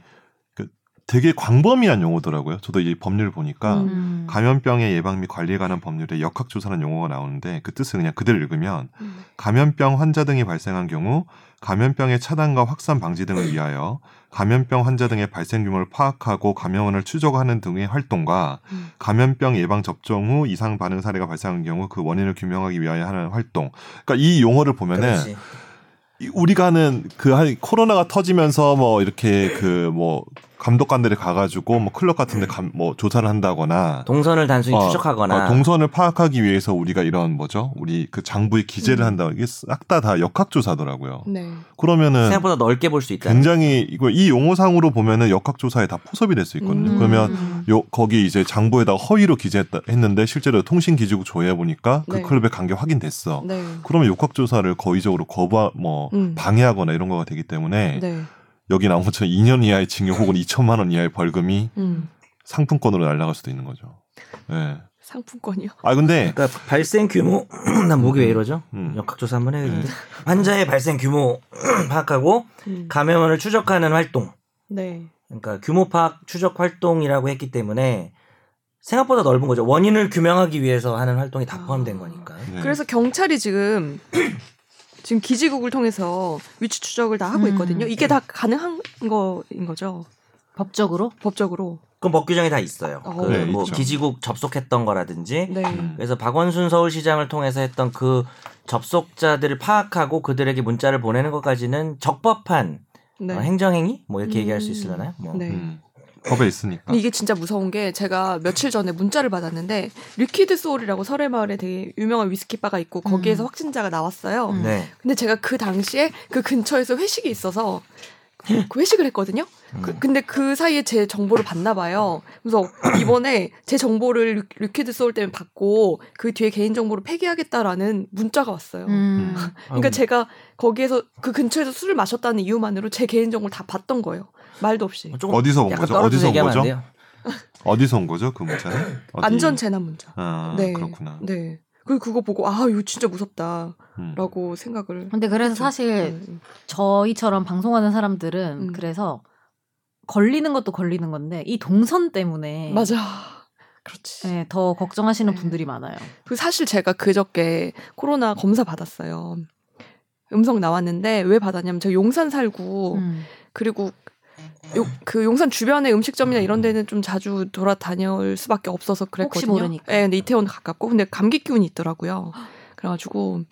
Speaker 4: 그 되게 광범위한 용어더라고요. 저도 이 법률 보니까
Speaker 1: 음.
Speaker 4: 감염병의 예방 및 관리에 관한 법률에 역학조사라는 용어가 나오는데 그 뜻을 그냥 그대로 읽으면 감염병 환자 등이 발생한 경우 감염병의 차단과 확산 방지 등을 위하여 감염병 환자 등의 발생 규모를 파악하고 감염원을 추적하는 등의 활동과
Speaker 1: 음.
Speaker 4: 감염병 예방 접종 후 이상 반응 사례가 발생한 경우 그 원인을 규명하기 위하여 하는 활동. 그러니까 이 용어를 보면은
Speaker 2: 그렇지.
Speaker 4: 이- 우리가 하는 그 한- 코로나가 터지면서 뭐 이렇게 그 뭐 감독관들이 가가지고 뭐 클럽 같은데 감, 뭐 조사를 한다거나
Speaker 2: 동선을 단순히
Speaker 4: 어,
Speaker 2: 네, 추적하거나
Speaker 4: 어, 동선을 파악하기 위해서 우리가 이런 뭐죠 우리 그 장부의 기재를
Speaker 1: 음.
Speaker 4: 한다 이게 싹 다 다 역학조사더라고요.
Speaker 1: 네.
Speaker 4: 그러면은
Speaker 2: 생각보다 넓게 볼 수 있다.
Speaker 4: 굉장히 이거 이 용어상으로 보면은 역학조사에 다 포섭이 될 수 있거든요.
Speaker 1: 음.
Speaker 4: 그러면 요 거기 이제 장부에다 허위로 기재했다 했는데 실제로 통신기지국 조회해 보니까 그
Speaker 1: 네.
Speaker 4: 클럽에 간 게 확인됐어.
Speaker 1: 네.
Speaker 4: 그러면 역학조사를 거의적으로 거부 뭐
Speaker 1: 음.
Speaker 4: 방해하거나 이런 거가 되기 때문에
Speaker 1: 네.
Speaker 4: 여기 나온 것처럼 2년 이하의 징역 혹은 2천만 원 이하의 벌금이
Speaker 1: 음.
Speaker 4: 상품권으로 날아갈 수도 있는 거죠. 예.
Speaker 1: 상품권이요.
Speaker 4: 아 근데
Speaker 2: 그러니까 발생 규모 난 목이 왜 이러죠?
Speaker 4: 음.
Speaker 2: 역학조사 한번 해야 되는데 환자의 발생 규모 파악하고
Speaker 1: 음.
Speaker 2: 감염원을 추적하는 활동
Speaker 1: 네.
Speaker 2: 그러니까 규모 파악 추적 활동이라고 했기 때문에 생각보다 넓은 거죠. 원인을 규명하기 위해서 하는 활동이 다
Speaker 1: 아.
Speaker 2: 포함된 거니까.
Speaker 4: 네.
Speaker 1: 그래서 경찰이 지금 지금 기지국을 통해서 위치 추적을 다 하고
Speaker 3: 음.
Speaker 1: 있거든요.
Speaker 4: 네.
Speaker 1: 이게 다 가능한 거인 거죠.
Speaker 3: 법적으로
Speaker 1: 법적으로.
Speaker 2: 그건 법 규정이 다 있어요.
Speaker 1: 어.
Speaker 2: 그
Speaker 4: 네,
Speaker 2: 뭐
Speaker 4: 있죠.
Speaker 2: 기지국 접속했던 거라든지
Speaker 1: 네.
Speaker 4: 음.
Speaker 2: 그래서 박원순 서울시장을 통해서 했던 그 접속자들을 파악하고 그들에게 문자를 보내는 것까지는 적법한
Speaker 1: 네.
Speaker 2: 어, 행정행위 뭐
Speaker 1: 음.
Speaker 2: 이렇게 얘기할 수 있으려나요? 뭐
Speaker 1: 네.
Speaker 4: 음. 법에 있으니까.
Speaker 1: 이게 진짜 무서운 게 제가 며칠 전에 문자를 받았는데 리퀴드 소울이라고 설해마을에 되게 유명한 위스키 바가 있고 거기에서
Speaker 3: 음.
Speaker 1: 확진자가 나왔어요.
Speaker 3: 음.
Speaker 2: 네.
Speaker 1: 근데 제가 그 당시에 그 근처에서 회식이 있어서 그 회식을 했거든요. 그, 근데 그 사이에 제 정보를 받나 봐요. 그래서 이번에 제 정보를 리- 리퀴드 소울 때문에 받고 그 뒤에 개인 정보를 폐기하겠다라는 문자가 왔어요.
Speaker 3: 음.
Speaker 1: 그러니까 제가 거기에서 그 근처에서 술을 마셨다는 이유만으로 제 개인 정보를 다 봤던 거예요. 말도 없이.
Speaker 2: 조금
Speaker 4: 아, 어디서 온
Speaker 2: 약간
Speaker 4: 거죠?
Speaker 2: 떨어져서
Speaker 4: 어디서 온
Speaker 2: 얘기하면 안
Speaker 4: 거죠?
Speaker 2: 돼요.
Speaker 4: 어디서 온 거죠? 그 문자는? 어디?
Speaker 1: 안전 재난 문자.
Speaker 4: 아,
Speaker 1: 네.
Speaker 4: 그렇구나.
Speaker 1: 네. 그리고 그거 보고 아 이거 진짜 무섭다라고
Speaker 4: 음.
Speaker 1: 생각을.
Speaker 3: 근데 그래서 사실
Speaker 1: 음.
Speaker 3: 저희처럼 방송하는 사람들은
Speaker 1: 음.
Speaker 3: 그래서 걸리는 것도 걸리는 건데 이 동선 때문에
Speaker 1: 맞아. 그렇지.
Speaker 3: 네, 더 걱정하시는
Speaker 1: 네.
Speaker 3: 분들이 많아요.
Speaker 1: 그 사실 제가 그저께 코로나 검사 받았어요. 음성 나왔는데 왜 받았냐면 제가 용산 살고
Speaker 3: 음.
Speaker 1: 그리고
Speaker 3: 네.
Speaker 1: 요- 그 용산 주변의 음식점이나 이런 데는 좀 자주 돌아다닐 수밖에 없어서 그랬거든요.
Speaker 3: 혹시 모르니까.
Speaker 1: 예, 근데 이태원 가깝고 근데 감기 기운이 있더라고요. 그래가지고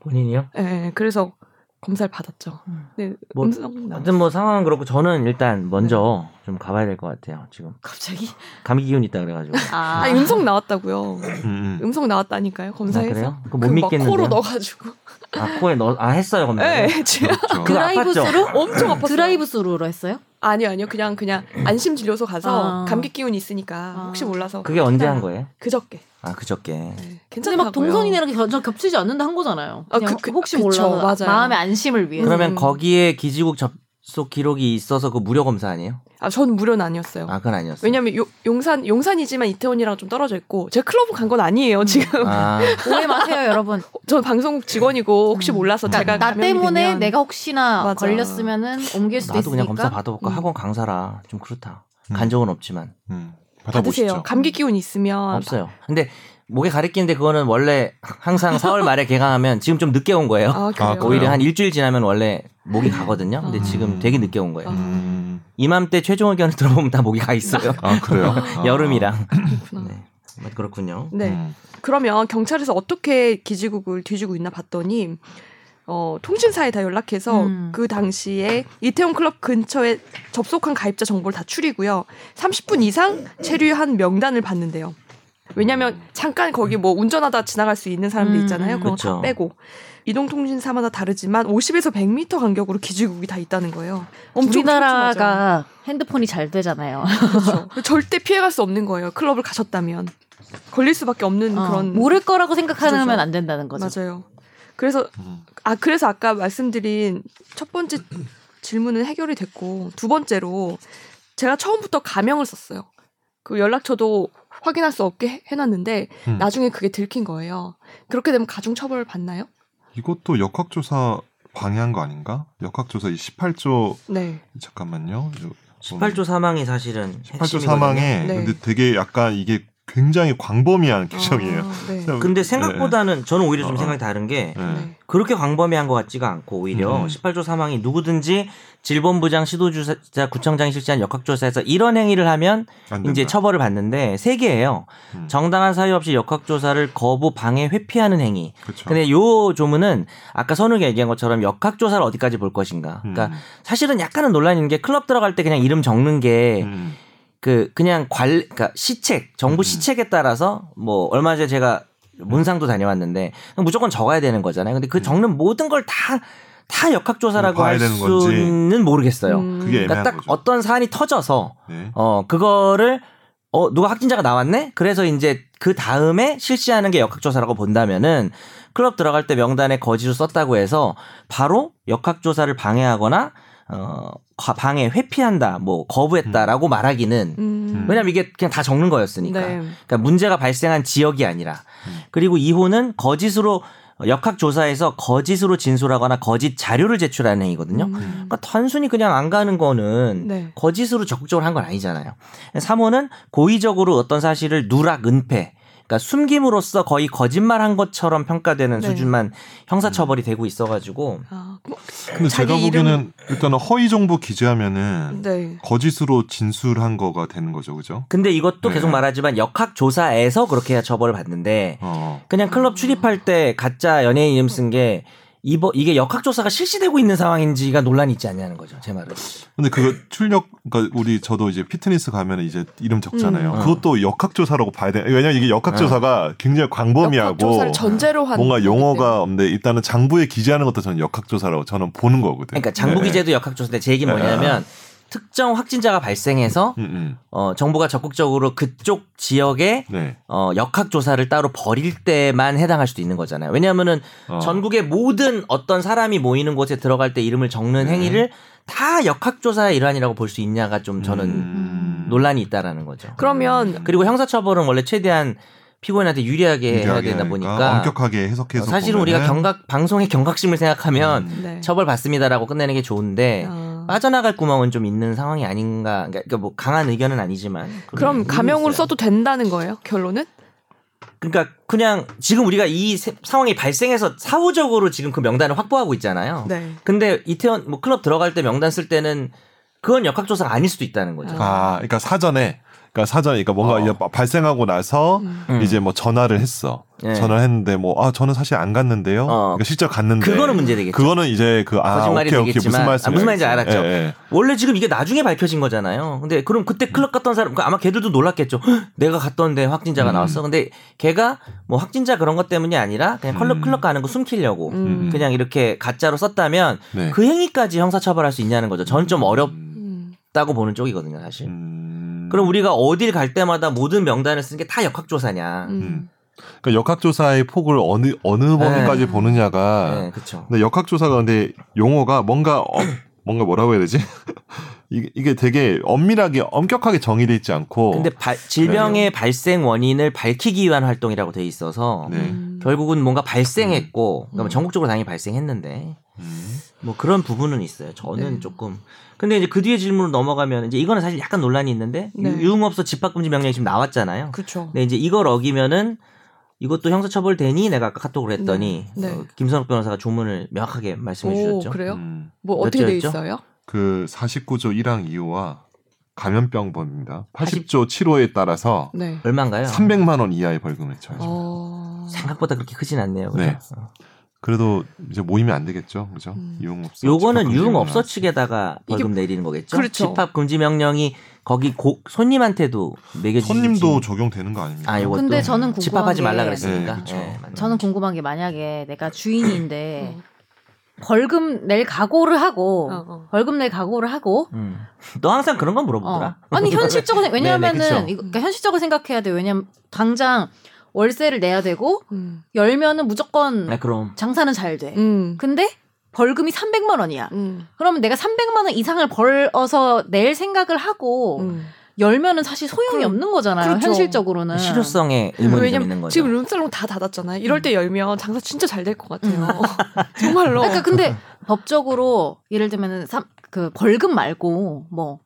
Speaker 2: 본인이요?
Speaker 1: 예, 그래서 검사를 받았죠.
Speaker 3: 음.
Speaker 1: 근데
Speaker 2: 뭐,
Speaker 1: 음성 나왔
Speaker 2: 아무튼 뭐 상황은 그렇고 저는 일단 먼저 좀 가봐야 될 것 같아요. 지금
Speaker 3: 갑자기
Speaker 2: 감기 기운 있다 그래가지고.
Speaker 3: 아,
Speaker 1: 아니, 음성 나왔다고요.
Speaker 4: 음, 음.
Speaker 1: 음성 나왔다니까요.
Speaker 2: 아,
Speaker 1: 검사에서.
Speaker 2: 그래요? 그못
Speaker 1: 그막
Speaker 2: 믿겠는데.
Speaker 1: 코로 넣어가지고.
Speaker 2: 아 코에 넣. 아 했어요 검사.
Speaker 1: 예, 지금
Speaker 4: 그렇죠.
Speaker 2: 그거
Speaker 3: 드라이브스루?
Speaker 1: 엄청 아팠어요.
Speaker 3: 드라이브스루로 했어요?
Speaker 1: 아니요, 아니요. 그냥 그냥 안심 진료소 가서
Speaker 3: 아.
Speaker 1: 감기 기운이 있으니까
Speaker 3: 아.
Speaker 1: 혹시 몰라서
Speaker 2: 그게 언제
Speaker 1: 네.
Speaker 2: 한 거예요?
Speaker 1: 그저께.
Speaker 2: 아 그저께.
Speaker 1: 네,
Speaker 3: 근데
Speaker 1: 괜찮다고요.
Speaker 3: 막 동선이랑 겹, 겹치지 않는다 한 거잖아요.
Speaker 1: 아,
Speaker 3: 그냥
Speaker 1: 그- 그-
Speaker 3: 혹시
Speaker 1: 그쵸,
Speaker 3: 몰라서
Speaker 1: 맞아요.
Speaker 3: 마음의 안심을 위해.
Speaker 2: 그러면
Speaker 1: 음.
Speaker 2: 거기에 기지국 접속 기록이 있어서 그 무료 검사 아니에요?
Speaker 1: 아, 전 무료는 아니었어요.
Speaker 2: 아 그건 아니었어요.
Speaker 1: 음. 왜냐면 요- 용산 용산이지만 이태원이랑 좀 떨어져 있고 제가 클럽 간 건 아니에요 지금
Speaker 2: 아
Speaker 1: 음.
Speaker 3: 오해 마세요, 여러분.
Speaker 1: 전 방송국 직원이고 혹시
Speaker 3: 음.
Speaker 1: 몰라서 제가
Speaker 3: 나
Speaker 1: 감염이
Speaker 3: 때문에
Speaker 1: 되면
Speaker 3: 내가 혹시나
Speaker 1: 맞아.
Speaker 3: 걸렸으면은 옮길 수도
Speaker 2: 나도 그냥
Speaker 3: 있으니까.
Speaker 2: 검사 받아볼까.
Speaker 1: 음.
Speaker 2: 학원 강사라 좀 그렇다.
Speaker 4: 음.
Speaker 2: 간 적은 없지만
Speaker 4: 음.
Speaker 1: 받으세요
Speaker 4: 받아보시죠.
Speaker 1: 감기 기운 있으면
Speaker 2: 없어요. 근데 목에 가리끼는데 그거는 원래 항상 4월 말에 개강하면 지금 좀 늦게 온 거예요.
Speaker 1: 아 그래요
Speaker 4: 아,
Speaker 2: 오히려
Speaker 4: 그래요?
Speaker 2: 한 일주일 지나면 원래 목이 가거든요. 근데
Speaker 1: 아.
Speaker 2: 지금 되게 늦게 온 거예요.
Speaker 1: 아.
Speaker 4: 음.
Speaker 2: 이맘때 최종 의견을 들어보면 다 목이 가 있어요.
Speaker 4: 아, 그래요? 아.
Speaker 2: 여름이랑.
Speaker 1: 그렇구나.
Speaker 2: 네. 뭐 그렇군요.
Speaker 1: 네
Speaker 4: 음.
Speaker 1: 그러면 경찰에서 어떻게 기지국을 뒤지고 있나 봤더니 어, 통신사에 다 연락해서
Speaker 3: 음.
Speaker 1: 그 당시에 이태원 클럽 근처에 접속한 가입자 정보를 다 추리고요. 30분 이상 체류한 명단을 봤는데요. 왜냐하면 잠깐 거기 뭐 운전하다 지나갈 수 있는 사람들
Speaker 3: 음,
Speaker 1: 있잖아요.
Speaker 3: 음.
Speaker 1: 그거
Speaker 2: 그렇죠.
Speaker 1: 다 빼고 이동통신사마다 다르지만 50에서 100m 간격으로 기지국이 다 있다는 거예요. 엄청 촘촘하죠.
Speaker 3: 우리나라가 음, 핸드폰이 잘 되잖아요.
Speaker 1: 그렇죠. 절대 피해갈 수 없는 거예요. 클럽을 가셨다면 걸릴 수밖에 없는
Speaker 3: 어,
Speaker 1: 그런
Speaker 3: 모를 거라고 생각하면
Speaker 1: 구조죠.
Speaker 3: 안 된다는 거죠.
Speaker 1: 맞아요. 그래서
Speaker 4: 음.
Speaker 1: 아 그래서 아까 말씀드린 첫 번째 질문은 해결이 됐고 두 번째로 제가 처음부터 가명을 썼어요. 그 연락처도 확인할 수 없게 해- 해놨는데
Speaker 4: 음.
Speaker 1: 나중에 그게 들킨 거예요. 그렇게 되면 가중 처벌 받나요?
Speaker 4: 이것도 역학조사 방해한 거 아닌가? 역학조사 이 18조
Speaker 1: 네.
Speaker 4: 잠깐만요.
Speaker 2: 18조 사망이 사실은
Speaker 4: 18조
Speaker 2: 핵심이거든요.
Speaker 4: 사망에
Speaker 1: 네.
Speaker 4: 근데 되게 약간 이게 굉장히 광범위한 규정이에요.
Speaker 1: 아, 네.
Speaker 2: 근데 생각보다는 저는 오히려 좀
Speaker 4: 어.
Speaker 2: 생각이 다른 게
Speaker 4: 네.
Speaker 1: 네.
Speaker 2: 그렇게 광범위한 것 같지가 않고 오히려
Speaker 4: 음.
Speaker 2: 18조 사망이 누구든지 질본부장, 시도주사, 구청장이 실시한 역학조사에서 이런 행위를 하면
Speaker 4: 안 된다.
Speaker 2: 이제 처벌을 받는데 세 개예요.
Speaker 4: 음.
Speaker 2: 정당한 사유 없이 역학조사를 거부, 방해, 회피하는 행위.
Speaker 4: 그쵸.
Speaker 2: 근데 요 조문은 아까 선우가 얘기한 것처럼 역학조사를 어디까지 볼 것인가.
Speaker 4: 음.
Speaker 2: 그러니까 사실은 약간은 논란인 게 클럽 들어갈 때 그냥 이름 적는 게 그
Speaker 4: 음.
Speaker 2: 그냥 관 그러니까 시책 정부
Speaker 4: 음.
Speaker 2: 시책에 따라서 뭐 얼마 전에 제가 문상도 다녀왔는데 무조건 적어야 되는 거잖아요. 근데 그 적는 모든 걸 다 다 역학조사라고
Speaker 4: 음. 봐야
Speaker 2: 할
Speaker 4: 되는 건지.
Speaker 2: 수는 모르겠어요.
Speaker 1: 음,
Speaker 4: 그게 애매한
Speaker 2: 그러니까 딱
Speaker 4: 거죠.
Speaker 2: 어떤 사안이 터져서
Speaker 4: 네.
Speaker 2: 어, 그거를 어, 누가 확진자가 나왔네? 그래서 이제 그 다음에 실시하는 게 역학조사라고 본다면은 클럽 들어갈 때 명단에 거지로 썼다고 해서 바로 역학조사를 방해하거나 어, 과- 방해, 회피한다, 뭐, 거부했다라고 말하기는
Speaker 1: 음,
Speaker 2: 왜냐면 이게 그냥 다 적는 거였으니까.
Speaker 1: 네.
Speaker 2: 그러니까 문제가 발생한 지역이 아니라
Speaker 4: 음.
Speaker 2: 그리고 2호는 거짓으로 역학조사에서 거짓으로 진술하거나 거짓 자료를 제출하는 행위거든요.
Speaker 1: 음,
Speaker 2: 그러니까 단순히 그냥 안 가는 거는
Speaker 1: 네.
Speaker 2: 거짓으로 적극적으로 한 건 아니잖아요. 3호는 고의적으로 어떤 사실을 누락, 은폐, 그러니까 숨김으로써 거의 거짓말한 것처럼 평가되는
Speaker 1: 네.
Speaker 2: 수준만 형사처벌이 되고 있어가지고
Speaker 1: 아, 뭐,
Speaker 4: 근데 제가
Speaker 1: 자기
Speaker 4: 보기에는 일단은 허위 정보 기재하면은
Speaker 1: 네.
Speaker 4: 거짓으로 진술한 거가 되는 거죠, 그죠?
Speaker 2: 근데 이것도
Speaker 4: 네.
Speaker 2: 계속 말하지만 역학조사에서 그렇게 해야 처벌을 받는데
Speaker 4: 어.
Speaker 2: 그냥 클럽 출입할 때 가짜 연예인 이름 쓴 게 이번 이게 역학조사가 실시되고 있는 상황인지가 논란이 있지 않냐는 거죠. 제 말은.
Speaker 4: 근데 그거 출력 그러니까 우리 저도 이제 피트니스 가면 이제 이름 적잖아요.
Speaker 2: 음. 네.
Speaker 4: 그것도 역학조사라고 봐야 돼. 왜냐면 이게 역학조사가 굉장히 광범위하고
Speaker 1: 조사를 전제로 한
Speaker 4: 뭔가
Speaker 1: 거기
Speaker 4: 용어가 없는데 일단은 장부에 기재하는 것도 저는 역학조사라고 저는 보는 거거든요.
Speaker 2: 그러니까 장부 기재도 역학조사인데 제 얘기는 뭐냐면 특정 확진자가 발생해서
Speaker 4: 네. 음, 음.
Speaker 2: 어, 정부가 적극적으로 그쪽 지역에
Speaker 4: 네.
Speaker 2: 어, 역학 조사를 따로 벌일 때만 해당할 수도 있는 거잖아요. 왜냐하면은
Speaker 4: 어.
Speaker 2: 전국의 모든 어떤 사람이 모이는 곳에 들어갈 때 이름을 적는
Speaker 4: 네.
Speaker 2: 행위를 다 역학 조사의 일환이라고 볼 수 있냐가 좀 저는
Speaker 4: 음.
Speaker 2: 논란이 있다라는 거죠.
Speaker 1: 때문에. 그러면
Speaker 2: 그리고 형사처벌은 원래 최대한 피고인한테 유리하게, 해야
Speaker 4: 유리하게
Speaker 2: 되다
Speaker 4: 하니까
Speaker 2: 보니까
Speaker 4: 엄격하게 해석해서
Speaker 2: 사실은 우리가
Speaker 4: 보면은
Speaker 2: 경각 방송의 경각심을 생각하면
Speaker 4: 음.
Speaker 1: 네.
Speaker 2: 처벌 받습니다라고 끝내는 게 좋은데
Speaker 1: 아.
Speaker 2: 빠져나갈 구멍은 좀 있는 상황이 아닌가. 그러니까 뭐 강한 의견은 아니지만
Speaker 1: 그럼
Speaker 4: 음.
Speaker 2: 그런
Speaker 1: 가명으로
Speaker 2: 의견이 있어요.
Speaker 1: 써도 된다는 거예요? 결론은?
Speaker 2: 그러니까 그냥 지금 우리가 이 세- 상황이 발생해서 사후적으로 지금 그 명단을 확보하고 있잖아요.
Speaker 1: 네.
Speaker 2: 근데 이태원 뭐 클럽 들어갈 때 명단 쓸 때는 그건 역학조사가 아닐 수도 있다는 거죠.
Speaker 1: 아.
Speaker 4: 아, 그러니까 사전에 그러니까 사전에 그러니까 뭔가
Speaker 2: 어.
Speaker 4: 이제 바- 발생하고 나서
Speaker 2: 음.
Speaker 4: 이제 뭐 전화를 했어.
Speaker 2: 예.
Speaker 4: 전화를 했는데 뭐 아 저는 사실 안 갔는데요.
Speaker 2: 어.
Speaker 4: 그러니까 실제 갔는데
Speaker 2: 그거는 문제 되겠죠.
Speaker 4: 그거는 이제 그아
Speaker 2: 거짓말이
Speaker 4: 오케이 오케이
Speaker 2: 되겠지만-
Speaker 4: 무슨 말씀
Speaker 2: 아, 무슨 말인지 알았죠.
Speaker 4: 예, 예.
Speaker 2: 원래 지금 이게 나중에 밝혀진 거잖아요. 근데 그럼 그때 클럽 갔던 사람 그러니까 아마 걔들도 놀랐겠죠. "헉, 내가 갔던데 확진자가
Speaker 4: 음.
Speaker 2: 나왔어. 근데 걔가 뭐 확진자 그런 것 때문이 아니라 그냥 클럽
Speaker 4: 음.
Speaker 2: 클럽 가는 거 숨기려고
Speaker 1: 음.
Speaker 2: 그냥 이렇게 가짜로 썼다면
Speaker 4: 네.
Speaker 2: 그 행위까지 형사처벌할 수 있냐는 거죠. 전 좀 어렵다고
Speaker 1: 음.
Speaker 2: 보는 쪽이거든요, 사실.
Speaker 4: 음.
Speaker 2: 그럼 우리가 어딜 갈 때마다 모든 명단을 쓰는 게 다 역학조사냐.
Speaker 1: 음.
Speaker 4: 그러니까 역학조사의 폭을 어느 어느 범위까지 보느냐가
Speaker 2: 네, 그쵸.
Speaker 4: 근데 역학조사가 근데 용어가 뭔가 어, 뭔가 뭐라고 해야 되지? 이게, 이게 되게 엄밀하게 엄격하게 정의돼 있지
Speaker 1: 뭐.
Speaker 4: 않고
Speaker 2: 근데 발- 질병의
Speaker 1: 네.
Speaker 2: 발생 원인을 밝히기 위한 활동이라고 돼 있어서
Speaker 4: 네.
Speaker 1: 음.
Speaker 2: 결국은 뭔가 발생했고, 그러니까 뭐
Speaker 1: 음.
Speaker 2: 전국적으로 당연히 발생했는데
Speaker 4: 음.
Speaker 2: 뭐 그런 부분은 있어요. 저는
Speaker 1: 네.
Speaker 2: 조금. 근데 이제 그 뒤에 질문으로 넘어가면 이제 이거는 사실 약간 논란이 있는데
Speaker 1: 네.
Speaker 2: 유- 유흥업소 집합금지 명령이 지금 나왔잖아요.
Speaker 1: 그렇죠.
Speaker 2: 근데 이제 이걸 어기면은 이것도 형사처벌 되니 내가 아까 카톡으로 했더니
Speaker 1: 네. 네.
Speaker 2: 어, 김선욱 변호사가 조문을 명확하게 말씀해
Speaker 1: 오,
Speaker 2: 주셨죠.
Speaker 1: 그래요?
Speaker 4: 음.
Speaker 1: 뭐
Speaker 2: 몇
Speaker 1: 어떻게 돼
Speaker 2: 개였죠?
Speaker 1: 있어요?
Speaker 4: 그 49조 1항 2호와 감염병법입니다. 80조 7호에 따라서
Speaker 1: 네.
Speaker 2: 얼마인가요?
Speaker 4: 300만 원 이하의 벌금을 쳐요.
Speaker 1: 어.
Speaker 2: 생각보다 그렇게 크진 않네요. 그죠? 어.
Speaker 4: 네. 그래도 이제 모이면 안 되겠죠, 그죠?
Speaker 1: 음.
Speaker 4: 유흥업소.
Speaker 2: 요거는
Speaker 4: 집합금지
Speaker 2: 유흥업소
Speaker 4: 명령.
Speaker 2: 측에다가
Speaker 1: 이게-
Speaker 2: 벌금 내리는 거겠죠.
Speaker 1: 그렇죠.
Speaker 2: 집합 금지 명령이 거기 고, 손님한테도 매겨지지.
Speaker 4: 손님도 적용되는 거 아닙니까?
Speaker 2: 아, 요것도
Speaker 3: 근데 저는 궁금한
Speaker 2: 집합하지
Speaker 3: 게-
Speaker 2: 말라 그랬으니까.
Speaker 4: 네, 그쵸.
Speaker 2: 예, 맞네.
Speaker 3: 저는 궁금한 게 만약에 내가 주인인데
Speaker 1: 음.
Speaker 3: 벌금 낼 각오를 하고
Speaker 1: 어, 어.
Speaker 3: 벌금 낼 각오를 하고
Speaker 2: 음. 너 항상 그런 거
Speaker 3: 어.
Speaker 2: 물어보더라.
Speaker 3: 아니 현실적으로 생- 왜냐하면은
Speaker 2: 네네, 그쵸.
Speaker 3: 이거 그러니까 현실적으로 생각해야 돼요. 왜냐면 당장 월세를 내야 되고
Speaker 1: 음.
Speaker 3: 열면은 무조건
Speaker 2: 네, 그럼.
Speaker 3: 장사는 잘
Speaker 2: 네.
Speaker 3: 돼.
Speaker 1: 음.
Speaker 2: 그
Speaker 3: 근데 벌금이 300만 원이야.
Speaker 1: 음.
Speaker 3: 그러면 내가 300만 원 이상을 벌어서 낼 생각을
Speaker 2: 어.
Speaker 3: 하고
Speaker 1: 음.
Speaker 3: 열면은 사실 소용이
Speaker 1: 그럼-
Speaker 3: 없는 거잖아요.
Speaker 1: 그렇죠.
Speaker 3: 현실적으로는
Speaker 2: 실효성에 의문이 좀
Speaker 1: 왜냐면
Speaker 2: 있는 거죠.
Speaker 1: 지금 룸살롱 다 닫았잖아요.
Speaker 2: 음.
Speaker 1: 이럴 때 열면 장사 진짜 잘 될 것 같아요. 정말로.
Speaker 3: 그러니까 근데 법적으로 예를 들면은 삼- 그 벌금 말고 뭐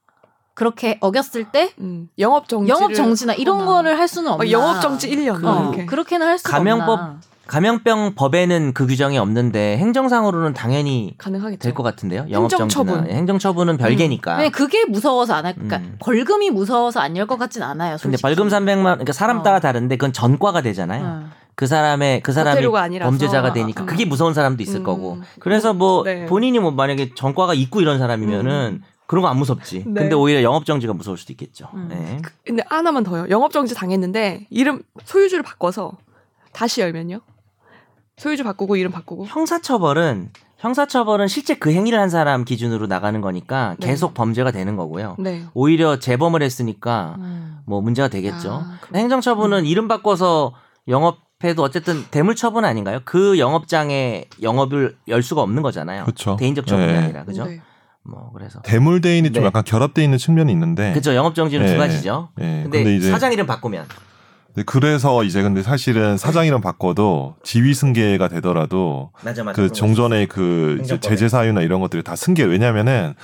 Speaker 3: 그렇게 어겼을 때
Speaker 1: 음, 영업 정지.
Speaker 3: 영업 정지나 이런 거를 할 수는 없나?
Speaker 1: 아, 영업 정지 1년.
Speaker 2: 어,
Speaker 1: 이렇게.
Speaker 3: 그렇게는 할 수가
Speaker 2: 가명법
Speaker 3: 없나?
Speaker 2: 감염병 법에는 그 규정이 없는데 행정상으로는 당연히
Speaker 1: 가능하겠죠.
Speaker 2: 될 것 같은데요.
Speaker 1: 행정처분. 음. 네,
Speaker 2: 영업정지나 예, 행정처분은 별개니까.
Speaker 3: 왜 그게 무서워서 안 할까? 그러니까
Speaker 2: 음.
Speaker 3: 벌금이 무서워서 안 열 것 같진 않아요.
Speaker 2: 근데
Speaker 3: 솔직히.
Speaker 2: 벌금 300만 그러니까
Speaker 1: 어.
Speaker 2: 사람 따라 다른데 그건 전과가 되잖아요.
Speaker 1: 네.
Speaker 3: 응.
Speaker 2: 그 사람의 그 사람이
Speaker 1: 과태료가 아니라서.
Speaker 2: 범죄자가 되니까
Speaker 1: 음.
Speaker 2: 그게 무서운 사람도 있을
Speaker 1: 음.
Speaker 2: 거고 그래서 뭐
Speaker 1: 네. 음.
Speaker 2: 본인이 뭐 만약에 전과가 있고 이런 사람이면은 그런 거 안 무섭지
Speaker 1: 네. 그
Speaker 2: 근데 오히려 영업 정지가 무서울 수도 있겠죠
Speaker 3: 음.
Speaker 2: 네.
Speaker 1: 근데 하나만 더요. 영업 정지 당했는데 이름 소유주를 바꿔서 다시 열면요. 소유주 바꾸고 이름 바꾸고.
Speaker 2: 형사처벌은 형사처벌은 실제 그 행위를 한 사람 기준으로 나가는 거니까
Speaker 1: 네.
Speaker 2: 계속 범죄가 되는 거고요
Speaker 1: 네.
Speaker 2: 오히려 재범을 했으니까
Speaker 3: 음.
Speaker 2: 뭐 문제가 되겠죠 네?
Speaker 1: 아, 그렇-
Speaker 2: 행정처분은 이름 바꿔서 영업해도 어쨌든 대물처분 아닌가요 그 영업장에 영업을 열 수가 없는 거잖아요
Speaker 4: 그쵸.
Speaker 2: 대인적 처분이
Speaker 4: 예.
Speaker 2: 아니라 그죠
Speaker 1: 네.
Speaker 2: 뭐 그래서
Speaker 4: 대물대인이 좀
Speaker 2: 네.
Speaker 4: 약간 결합돼 있는 측면이 있는데.
Speaker 2: 그렇죠. 영업 정지는
Speaker 4: 예,
Speaker 2: 두 가지죠.
Speaker 4: 예. 예.
Speaker 2: 근데,
Speaker 4: 근데 이제-
Speaker 2: 사장 이름 바꾸면
Speaker 4: 네, 그래서 이제 근데 사실은 사장이랑 바꿔도 지위 승계가 되더라도
Speaker 2: 맞아 맞아.
Speaker 4: 그 종전의 그 이제
Speaker 2: 행정법에.
Speaker 4: 제재 사유나 이런 것들이 다 승계 왜냐면은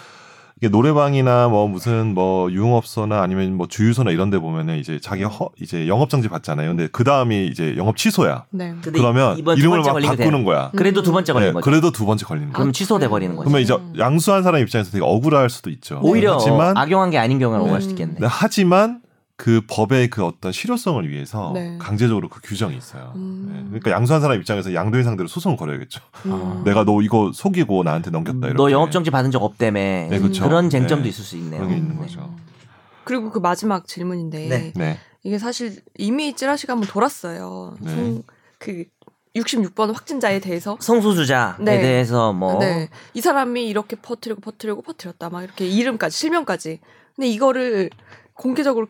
Speaker 4: 이게 노래방이나 뭐 무슨 뭐 유흥업소나 아니면 뭐 주유소나 이런 데 보면은 이제 자기 허 이제 영업 정지 받잖아요. 근데 그다음이 이제 영업 취소야.
Speaker 1: 네. 네.
Speaker 4: 그러면 이름을 막 바꾸는 거야.
Speaker 2: 그래도 두 번째 걸린
Speaker 4: 네,
Speaker 2: 거죠. 아,
Speaker 4: 그래도 두 번째 걸리는 거야.
Speaker 2: 그럼 취소돼 버리는 거죠. 음.
Speaker 4: 그러면 이제 양수한 사람 입장에서 되게 억울할 수도 있죠.
Speaker 2: 오히려
Speaker 4: 하지만 음,
Speaker 2: 악용한 게 아닌 경우는
Speaker 1: 네.
Speaker 2: 오갈 수 있겠네.
Speaker 4: 네, 하지만 그 법의 그 어떤 실효성을 위해서
Speaker 1: 네.
Speaker 4: 강제적으로 그 규정이 있어요.
Speaker 1: 음.
Speaker 4: 네. 그러니까 양수한 사람 입장에서 양도인 상대로 소송을 걸어야겠죠.
Speaker 2: 아.
Speaker 1: 음.
Speaker 4: 내가 너 이거 속이고 나한테 넘겼다 이렇게.
Speaker 2: 음, 너 영업정지 받은 적 없다며.
Speaker 4: 네, 그렇죠.
Speaker 2: 그런 쟁점도
Speaker 4: 네.
Speaker 2: 있을 수 있네요.
Speaker 4: 그런 게 있는
Speaker 2: 네.
Speaker 4: 거죠.
Speaker 1: 그리고 그 마지막 질문인데
Speaker 2: 네.
Speaker 4: 네.
Speaker 1: 이게 사실 이미 찌라시가 한번 돌았어요.
Speaker 4: 네.
Speaker 1: 송- 그 66번 확진자에 대해서
Speaker 2: 성소수자에
Speaker 1: 네.
Speaker 2: 대해서 뭐
Speaker 1: 네. 이 사람이 이렇게 퍼뜨리고 퍼뜨리고 퍼뜨렸다. 막 이렇게 이름까지 실명까지. 근데 이거를 공개적으로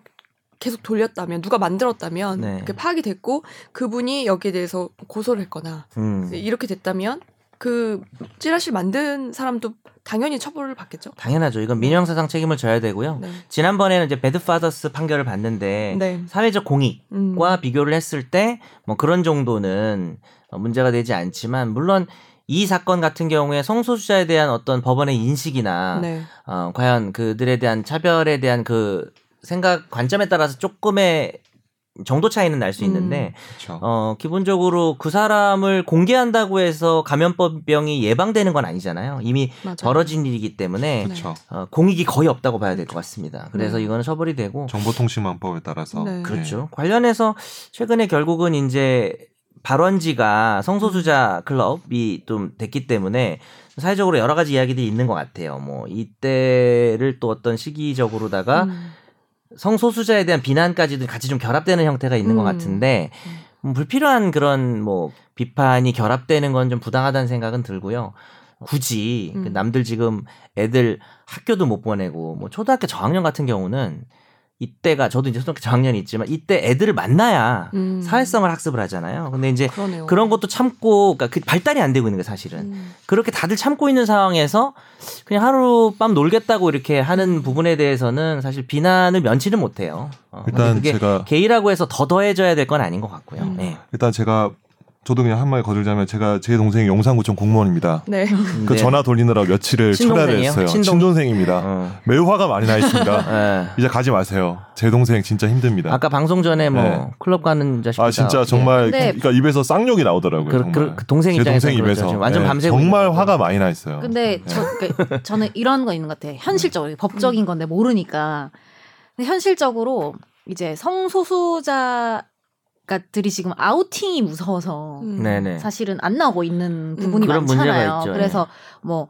Speaker 1: 계속 돌렸다면 누가 만들었다면
Speaker 2: 네.
Speaker 1: 그게 파악이 됐고 그분이 여기에 대해서 고소를 했거나
Speaker 2: 음,
Speaker 1: 이렇게 됐다면 그 찌라시 만든 사람도 당연히 처벌을 받겠죠.
Speaker 2: 당연하죠. 이건 민형사상 책임을 져야 되고요.
Speaker 1: 네.
Speaker 2: 지난번에는 이제 배드파더스 판결을 봤는데
Speaker 1: 네.
Speaker 2: 사회적 공익
Speaker 1: 음.
Speaker 2: 과 비교를 했을 때 뭐 그런 정도는 어, 문제가 되지 않지만 물론 이 사건 같은 경우에 성소수자에 대한 어떤 법원의 인식이나
Speaker 1: 네.
Speaker 2: 어, 과연 그들에 대한 차별에 대한 그 생각 관점에 따라서 조금의 정도 차이는 날 수
Speaker 1: 음.
Speaker 2: 있는데
Speaker 4: 그렇죠.
Speaker 2: 어 기본적으로 그 사람을 공개한다고 해서 감염병이 예방되는 건 아니잖아요. 이미
Speaker 1: 맞아요.
Speaker 2: 벌어진 일이기 때문에
Speaker 1: 네.
Speaker 4: 그렇죠.
Speaker 2: 어, 공익이 거의 없다고 봐야 될 것 같습니다. 그래서
Speaker 1: 네.
Speaker 2: 이거는 처벌이 되고
Speaker 4: 정보통신망법에 따라서
Speaker 1: 네.
Speaker 2: 그렇죠. 관련해서 최근에 결국은 이제 발원지가 성소수자 클럽이 좀 됐기 때문에 사회적으로 여러 가지 이야기들이 있는 것 같아요. 뭐 이때를 또 어떤 시기적으로다가
Speaker 1: 음.
Speaker 2: 성소수자에 대한 비난까지도 같이 좀 결합되는 형태가 있는 것
Speaker 1: 음.
Speaker 2: 같은데 음, 불필요한 그런 뭐 비판이 결합되는 건 좀 부당하다는 생각은 들고요. 굳이 그
Speaker 1: 음.
Speaker 2: 남들 지금 애들 학교도 못 보내고 뭐 초등학교 저학년 같은 경우는 이때가 저도 이제 초등학교 저학년이 있지만 이때 애들을 만나야
Speaker 1: 음. 그렇죠.
Speaker 2: 사회성을 학습을 하잖아요. 근데 이제
Speaker 1: 그러네요.
Speaker 2: 그런 것도 참고 그러니까 그 발달이 안 되고 있는 게 사실은
Speaker 1: 음.
Speaker 2: 그렇게 다들 참고 있는 상황에서 그냥 하룻밤 놀겠다고 이렇게 하는 부분에 대해서는 사실 비난을 면치는 못해요. 어, 근데
Speaker 4: 일단
Speaker 2: 그게
Speaker 4: 제가
Speaker 2: 게이라고 해서 더 더해져야 될 건 아닌 것 같고요.
Speaker 1: 음.
Speaker 2: 네.
Speaker 4: 일단 제가 저도 그냥 한 마디 거들자면 제가 제 동생이 용산구청 공무원입니다.
Speaker 1: 네.
Speaker 2: 음.
Speaker 4: 그 전화 돌리느라 며칠을 초라를
Speaker 2: 친동생이에요?
Speaker 4: 했어요.
Speaker 2: 친동-
Speaker 4: 친동생입니다.
Speaker 2: 어.
Speaker 4: 매우 화가 많이 나 있습니다.
Speaker 2: 예.
Speaker 4: 이제 가지 마세요. 제 동생 진짜 힘듭니다.
Speaker 2: 아까 방송 전에 뭐
Speaker 4: 네.
Speaker 2: 클럽 가는 자식
Speaker 4: 아 진짜 정말
Speaker 3: 근데-
Speaker 4: 그러니까 입에서 쌍욕이 나오더라고요.
Speaker 2: 그,
Speaker 4: 정말.
Speaker 2: 그, 그 동생
Speaker 4: 제
Speaker 2: 입장에서 그렇죠.
Speaker 4: 동생 입에서
Speaker 2: 완전
Speaker 4: 네,
Speaker 2: 밤새고
Speaker 4: 정말
Speaker 2: 있는 거죠.
Speaker 4: 화가 많이 나 있어요.
Speaker 3: 근데 저, 그, 저는 이런 거 있는 것 같아요. 현실적으로 법적인 건데 모르니까. 근데 현실적으로 이제 성소수자들이 지금 아우팅이 무서워서
Speaker 1: 음.
Speaker 2: 네네. 음,
Speaker 3: 사실은 안 나오고 있는 부분이
Speaker 2: 그런 문제가
Speaker 3: 많잖아요.
Speaker 2: 있죠, 네.
Speaker 3: 그래서 뭐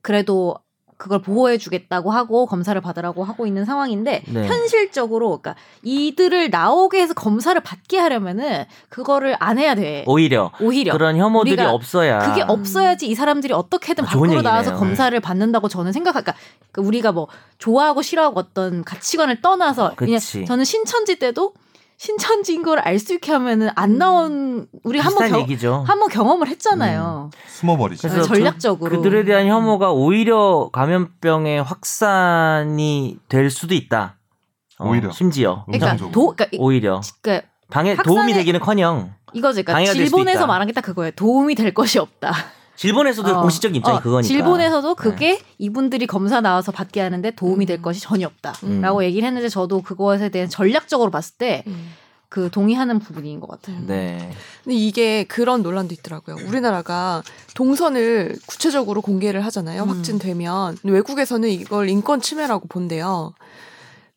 Speaker 3: 그래도 그걸 보호해 주겠다고 하고 검사를 받으라고 하고 있는 상황인데
Speaker 2: 네.
Speaker 3: 현실적으로 그러니까 이들을 나오게 해서 검사를 받게 하려면은 그거를 안 해야 돼.
Speaker 2: 오히려
Speaker 3: 오히려
Speaker 2: 어, 그런 혐오들이
Speaker 3: 우리가
Speaker 2: 없어야
Speaker 3: 그게 없어야지 이 사람들이 어떻게든
Speaker 2: 아, 좋은
Speaker 3: 밖으로
Speaker 2: 얘기네요.
Speaker 3: 나와서 검사를 받는다고 저는 생각할까. 그러니까 우리가 뭐 좋아하고 싫어하고 어떤 가치관을 떠나서 그냥
Speaker 2: 아, 그치.
Speaker 3: 저는 신천지 때도 신천지인 걸 알 수 있게 하면은 안 나온 우리
Speaker 2: 음,
Speaker 3: 한번
Speaker 2: 비슷한
Speaker 3: 겨,
Speaker 2: 얘기죠. 음.
Speaker 3: 한번 경험을 했잖아요. 네,
Speaker 4: 숨어버리죠.
Speaker 1: 음.
Speaker 2: 그래서
Speaker 3: 전략적으로
Speaker 2: 그들에 대한 혐오가 오히려 감염병의 확산이 될 수도 있다. 어,
Speaker 4: 오히려.
Speaker 2: 심지어
Speaker 3: 그러니까
Speaker 4: 음성적으로.
Speaker 3: 도 그러니까, 이-
Speaker 2: 오히려
Speaker 3: 그러니까
Speaker 2: 방해
Speaker 3: 확산에-
Speaker 2: 도움이 되기는커녕
Speaker 3: 이거지. 그러니까
Speaker 2: 방해가 될 수도 있다.
Speaker 3: 질본에서 말한 게 딱 그거예요. 도움이 될 것이 없다.
Speaker 2: 일본에서도
Speaker 3: 어,
Speaker 2: 공식적인 입장이
Speaker 3: 어,
Speaker 2: 그거니까. 네.
Speaker 3: 질본에서도 그게 이분들이 검사 나와서 받게 하는데 도움이 될
Speaker 1: 음.
Speaker 3: 것이 전혀 없다.
Speaker 2: 음.
Speaker 3: 라고 얘기를 했는데 저도 그것에 대한 전략적으로 봤을 때
Speaker 1: 음.
Speaker 3: 그 동의하는 부분인 것 같아요.
Speaker 2: 네.
Speaker 1: 근데 이게 그런 논란도 있더라고요. 우리나라가 동선을 구체적으로 공개를 하잖아요.
Speaker 3: 음.
Speaker 1: 확진되면 근데 외국에서는 이걸 인권 침해라고 본대요.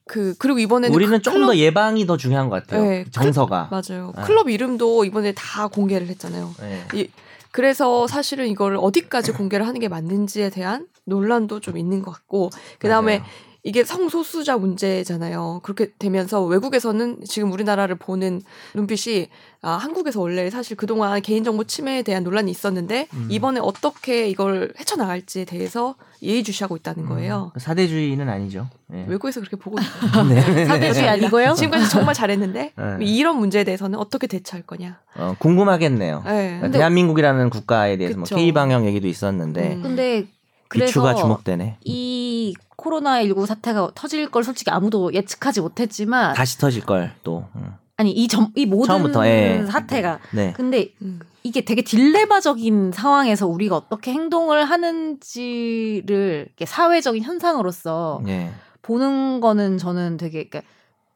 Speaker 1: 그 그리고 이번에는
Speaker 2: 우리는
Speaker 1: 그
Speaker 2: 조금
Speaker 1: 클럽-
Speaker 2: 더 예방이 더 중요한 것 같아요.
Speaker 1: 네,
Speaker 2: 정서가.
Speaker 1: 맞아요.
Speaker 2: 네.
Speaker 1: 클럽 이름도 이번에 다 공개를 했잖아요.
Speaker 2: 네.
Speaker 1: 이- 그래서 사실은 이걸 어디까지 공개를 하는 게 맞는지에 대한 논란도 좀 있는 것 같고 그다음에
Speaker 2: 맞아요.
Speaker 1: 이게 성소수자 문제잖아요. 그렇게 되면서 외국에서는 지금 우리나라를 보는 눈빛이 아, 한국에서 원래 사실 그동안 개인정보 침해에 대한 논란이 있었는데
Speaker 2: 음.
Speaker 1: 이번에 어떻게 이걸 헤쳐나갈지에 대해서 예의주시하고 있다는 거예요.
Speaker 2: 음, 사대주의는 아니죠. 네.
Speaker 1: 외국에서 그렇게 보고 있어요.
Speaker 2: 네.
Speaker 3: 사대주의 아니고요.
Speaker 1: 지금까지 정말 잘했는데
Speaker 2: 네.
Speaker 1: 이런 문제에 대해서는 어떻게 대처할 거냐.
Speaker 2: 어, 궁금하겠네요.
Speaker 1: 네.
Speaker 2: 그러니까 대한민국이라는 국가에 대해서 뭐
Speaker 1: 그쵸.
Speaker 2: K 방역 얘기도 있었는데
Speaker 1: 음.
Speaker 3: 근데
Speaker 2: 비추가
Speaker 3: 그래서
Speaker 2: 주목되네.
Speaker 3: 이 코로나 19 사태가 터질 걸 솔직히 아무도 예측하지 못했지만
Speaker 2: 다시 터질 걸 또. 음.
Speaker 3: 아니 이 점 이 모든
Speaker 2: 처음부터, 예.
Speaker 3: 사태가
Speaker 2: 네.
Speaker 3: 근데
Speaker 1: 음.
Speaker 3: 이게 되게 딜레마적인 상황에서 우리가 어떻게 행동을 하는지를 이렇게 사회적인 현상으로서
Speaker 2: 네. 보는
Speaker 3: 보는 거는
Speaker 2: 음.
Speaker 3: 그러니까 저는 되게 그러니까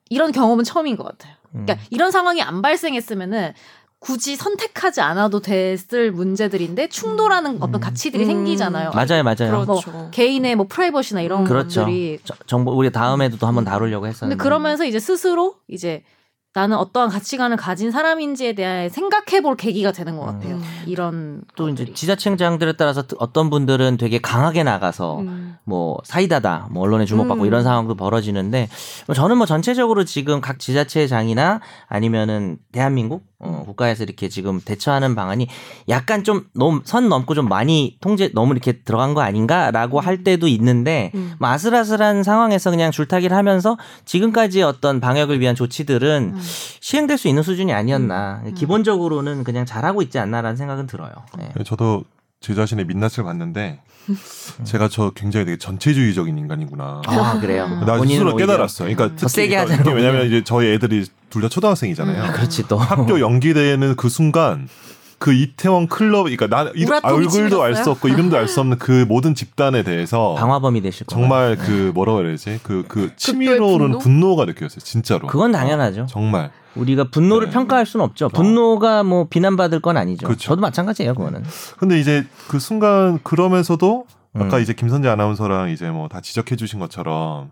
Speaker 3: 이런 경험은 처음인 것 같아요. 그러니까 이런 상황이 안 발생했으면은 굳이 선택하지 않아도 됐을 문제들인데 충돌하는 어떤 가치들이
Speaker 1: 음.
Speaker 3: 생기잖아요.
Speaker 2: 맞아요, 맞아요.
Speaker 3: 뭐
Speaker 1: 그렇죠.
Speaker 3: 개인의 뭐 프라이버시나 이런
Speaker 2: 그렇죠.
Speaker 3: 것들이.
Speaker 2: 저- 정보 우리 다음에도 또 한번 다루려고
Speaker 3: 근데
Speaker 2: 했었는데.
Speaker 3: 그러면서 이제 스스로 이제 나는 어떠한 가치관을 가진 사람인지에 대해 생각해볼 계기가 되는 것 같아요.
Speaker 1: 음.
Speaker 3: 이런
Speaker 2: 또 이제
Speaker 3: 것들이.
Speaker 2: 지자체장들에 따라서 또 어떤 분들은 되게 강하게 나가서
Speaker 1: 음.
Speaker 2: 뭐 사이다다, 뭐 언론에 주목받고
Speaker 1: 음.
Speaker 2: 이런 상황도 벌어지는데 뭐 저는 뭐 전체적으로 지금 각 지자체장이나 아니면은 대한민국
Speaker 3: 음.
Speaker 2: 어, 국가에서 이렇게 지금 대처하는 방안이 약간 좀 너무 선 넘고 좀 많이 통제 너무 이렇게 들어간 거 아닌가라고 할 때도 있는데
Speaker 1: 음.
Speaker 2: 뭐 아슬아슬한 상황에서 그냥 줄타기를 하면서 지금까지 어떤 방역을 위한 조치들은
Speaker 3: 음.
Speaker 2: 시행될 수 있는 수준이
Speaker 4: 음.
Speaker 2: 아니었나 기본적으로는 그냥 잘하고 있지 않나라는 생각은 들어요. 예.
Speaker 4: 저도 제 자신의 민낯을 봤는데 제가 저 굉장히 되게 전체주의적인 인간이구나.
Speaker 2: 아 그래요.
Speaker 3: 음.
Speaker 4: 나
Speaker 2: 본인은
Speaker 4: 스스로
Speaker 2: 오히려-
Speaker 4: 깨달았어요. 그러니까
Speaker 2: 더
Speaker 4: 특히
Speaker 2: 세게
Speaker 4: 그러니까
Speaker 2: 하자.
Speaker 4: 이게 왜냐면 이제 저희 애들이 둘 다 초등학생이잖아요.
Speaker 3: 음.
Speaker 2: 그렇지 또
Speaker 4: 학교 연기되는 그 순간 그 이태원 클럽, 그러니까 난 이름-
Speaker 3: 우라통이
Speaker 4: 얼굴도 알 수
Speaker 3: 치밀었어요?
Speaker 4: 없고 이름도 알 수 없는 그 모든 집단에 대해서
Speaker 2: 방화범이 되실 거예요.
Speaker 4: 어. 정말 그 뭐라고 해야 되지? 그 그
Speaker 1: 분노?
Speaker 4: 치밀어오르는 분노가 느껴졌어요. 진짜로.
Speaker 2: 그건 당연하죠.
Speaker 4: 정말.
Speaker 2: 우리가 분노를
Speaker 4: 어. 네.
Speaker 2: 평가할 수는 없죠. 분노가 뭐 비난받을 건 아니죠.
Speaker 4: 그렇죠.
Speaker 2: 저도 마찬가지예요, 그거는.
Speaker 4: 근데 이제 그 순간 그러면서도 아까
Speaker 2: 음.
Speaker 4: 이제 김선재 아나운서랑 이제 뭐 다 지적해 주신 것처럼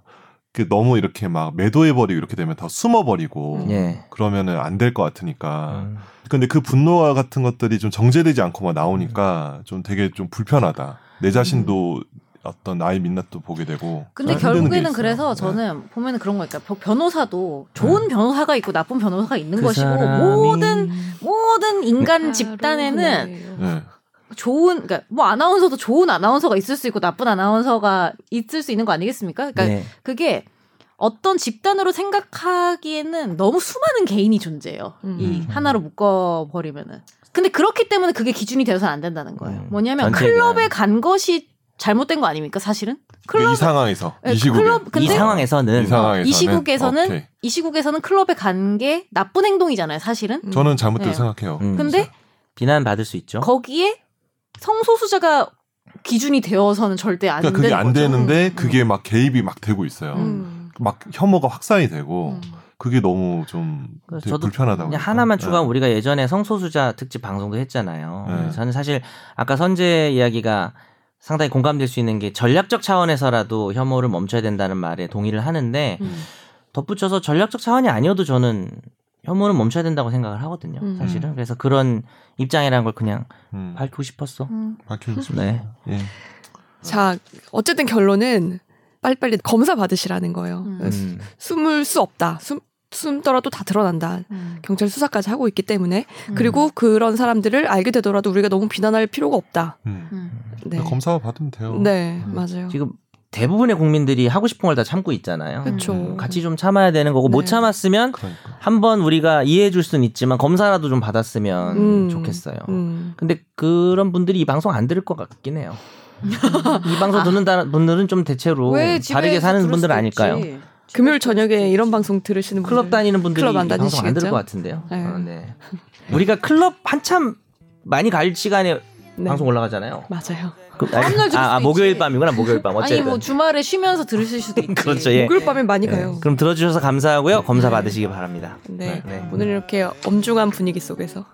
Speaker 4: 그 너무 이렇게 막 매도해 버리고 이렇게 되면 다 숨어 버리고
Speaker 2: 예.
Speaker 4: 그러면은 안 될 것 같으니까.
Speaker 2: 음.
Speaker 4: 근데 그 분노와 같은 것들이 좀 정제되지 않고 막
Speaker 2: 음.
Speaker 4: 나오니까 좀 되게 좀 불편하다. 내 자신도 어떤 나의 민낯도 보게 되고.
Speaker 3: 근데
Speaker 4: 좀 힘든 게
Speaker 3: 결국에는
Speaker 4: 있어요. 네.
Speaker 3: 그래서 저는 보면은 그런 거 있죠. 변호사도 좋은 변호사가 있고 나쁜 변호사가 있는
Speaker 2: 음. 그
Speaker 3: 것이고
Speaker 2: 사람이
Speaker 3: 모든 모든 인간
Speaker 1: 아, 바로
Speaker 3: 집단에는
Speaker 1: 그거예요.
Speaker 4: 네.
Speaker 3: 좋은 그러니까 뭐 아나운서도 좋은 아나운서가 있을 수 있고 나쁜 아나운서가 있을 수 있는 거 아니겠습니까? 그러니까
Speaker 2: 네.
Speaker 3: 그게 어떤 집단으로 생각하기에는 너무 수많은 개인이 존재해요.
Speaker 1: 음.
Speaker 3: 이
Speaker 2: 음.
Speaker 3: 하나로 묶어 버리면은. 근데 그렇기 때문에 그게 기준이 되어서는 안 된다는 거예요.
Speaker 2: 음.
Speaker 3: 뭐냐면
Speaker 2: 전체에
Speaker 3: 클럽에
Speaker 2: 대한. 그러니까
Speaker 3: 간 것이 잘못된 거 아닙니까, 사실은?
Speaker 4: 근데
Speaker 3: 클럽
Speaker 4: 그 이 상황에서
Speaker 3: 예,
Speaker 4: 이 시국에
Speaker 3: 클럽- 근데-
Speaker 2: 이 상황에서는
Speaker 4: 이 상황에서는
Speaker 3: 이 시국에서는
Speaker 4: 오케이.
Speaker 3: 이 시국에서는 클럽에 간 게 나쁜 행동이잖아요, 사실은.
Speaker 1: 음.
Speaker 4: 저는 잘못된
Speaker 3: 네.
Speaker 4: 생각해요.
Speaker 2: 음.
Speaker 3: 근데
Speaker 2: 비난받을 수
Speaker 4: 어?
Speaker 2: 있죠.
Speaker 3: 거기에 성소수자가 기준이 되어서는 절대 안
Speaker 4: 그러니까 그게
Speaker 3: 되는
Speaker 4: 안
Speaker 3: 거죠. 음.
Speaker 4: 되는데 그게 막 개입이 막 되고 있어요.
Speaker 1: 음.
Speaker 4: 막 혐오가 확산이
Speaker 2: 뭐
Speaker 4: 되고
Speaker 1: 음.
Speaker 4: 그게 너무 좀
Speaker 2: 그래서
Speaker 4: 되게
Speaker 2: 저도
Speaker 4: 불편하다고.
Speaker 2: 그냥 하나만 추가하면 우리가 예전에 성소수자 특집 방송도 했잖아요.
Speaker 4: 네.
Speaker 2: 저는 사실 아까 선재 이야기가 상당히 공감될 수 있는 게 전략적 차원에서라도 혐오를 멈춰야 된다는 말에 동의를 하는데
Speaker 1: 음.
Speaker 2: 덧붙여서 전략적 차원이 아니어도 저는 혐오는 멈춰야 된다고 생각을 하거든요.
Speaker 1: 음.
Speaker 2: 사실은 그래서 그런 입장이라는 걸 그냥
Speaker 4: 음,
Speaker 2: 밝히고 싶었어.
Speaker 3: 음.
Speaker 4: 밝혀주세요.
Speaker 2: 네.
Speaker 4: 예.
Speaker 1: 자, 어쨌든 결론은 빨리빨리 검사 받으시라는 거예요.
Speaker 3: 음.
Speaker 2: 음.
Speaker 1: 숨을 수 없다. 숨, 숨더라도 다 드러난다.
Speaker 3: 음.
Speaker 1: 경찰 수사까지 하고 있기 때문에 그리고 그런 사람들을 알게 되더라도 우리가 너무 비난할 필요가 없다.
Speaker 4: 음.
Speaker 3: 음.
Speaker 1: 네,
Speaker 4: 검사 받으면 돼요.
Speaker 1: 네
Speaker 4: 음.
Speaker 1: 맞아요.
Speaker 2: 지금 대부분의 국민들이 하고 싶은 걸 다 참고 있잖아요.
Speaker 1: 그렇죠.
Speaker 2: 음, 같이 좀 참아야 되는 거고 못
Speaker 1: 네.
Speaker 2: 참았으면
Speaker 4: 그러니까.
Speaker 2: 한 번 우리가 이해해 줄 수는 있지만 검사라도 좀 받았으면
Speaker 1: 음.
Speaker 2: 좋겠어요.
Speaker 1: 음.
Speaker 2: 근데 그런 분들이 이 방송 안 들을 것 같긴 해요. 이 방송 듣는 다- 분들은 좀 대체로
Speaker 3: 왜
Speaker 2: 음.
Speaker 3: 집에서
Speaker 2: 바르게 사는
Speaker 3: 들을
Speaker 2: 분들
Speaker 3: 수도
Speaker 2: 아닐까요?
Speaker 3: 있지?
Speaker 1: 금요일
Speaker 3: 집에서 들을
Speaker 1: 저녁에
Speaker 3: 수도
Speaker 1: 이런
Speaker 3: 있지.
Speaker 1: 방송 들으시는 분들
Speaker 2: 클럽 다니는 분들이
Speaker 1: 클럽 안
Speaker 2: 이 방송 안
Speaker 1: 다니시겠죠?
Speaker 2: 들을 것 같은데요.
Speaker 1: 네.
Speaker 2: 어, 네. 우리가 클럽 한참 많이 갈 시간에
Speaker 1: 네.
Speaker 2: 방송 올라가잖아요.
Speaker 1: 맞아요.
Speaker 2: 그- 아니,
Speaker 3: 다음날 들을
Speaker 2: 아, 아
Speaker 3: 수도
Speaker 2: 목요일
Speaker 3: 있지.
Speaker 2: 밤이구나 목요일 밤 어쨌든.
Speaker 3: 아니 뭐 주말에 쉬면서 들으실 수도 있지.
Speaker 2: 그렇죠. 예.
Speaker 1: 목요일 밤에 많이 가요.
Speaker 2: 예. 그럼 들어주셔서 감사하고요. 검사 받으시기 바랍니다.
Speaker 1: 네.
Speaker 2: 네.
Speaker 1: 오늘 이렇게 엄중한 분위기 속에서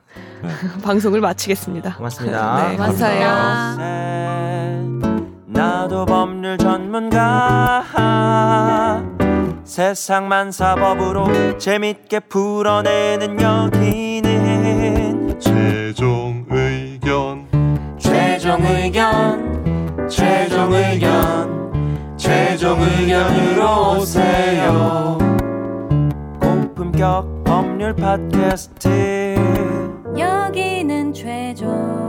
Speaker 4: 네.
Speaker 1: 방송을 마치겠습니다.
Speaker 3: 아,
Speaker 2: 고맙습니다.
Speaker 1: 네,
Speaker 3: 감사해요.
Speaker 1: 감사해요.
Speaker 6: 나도 법률 전문가 세상만 사법으로 재밌게 풀어내는 여기는
Speaker 4: 최종 의견.
Speaker 6: 최종 의견 최종 의견 최종 의견으로 오세요 고품격 법률 팟캐스트
Speaker 7: 여기는 최종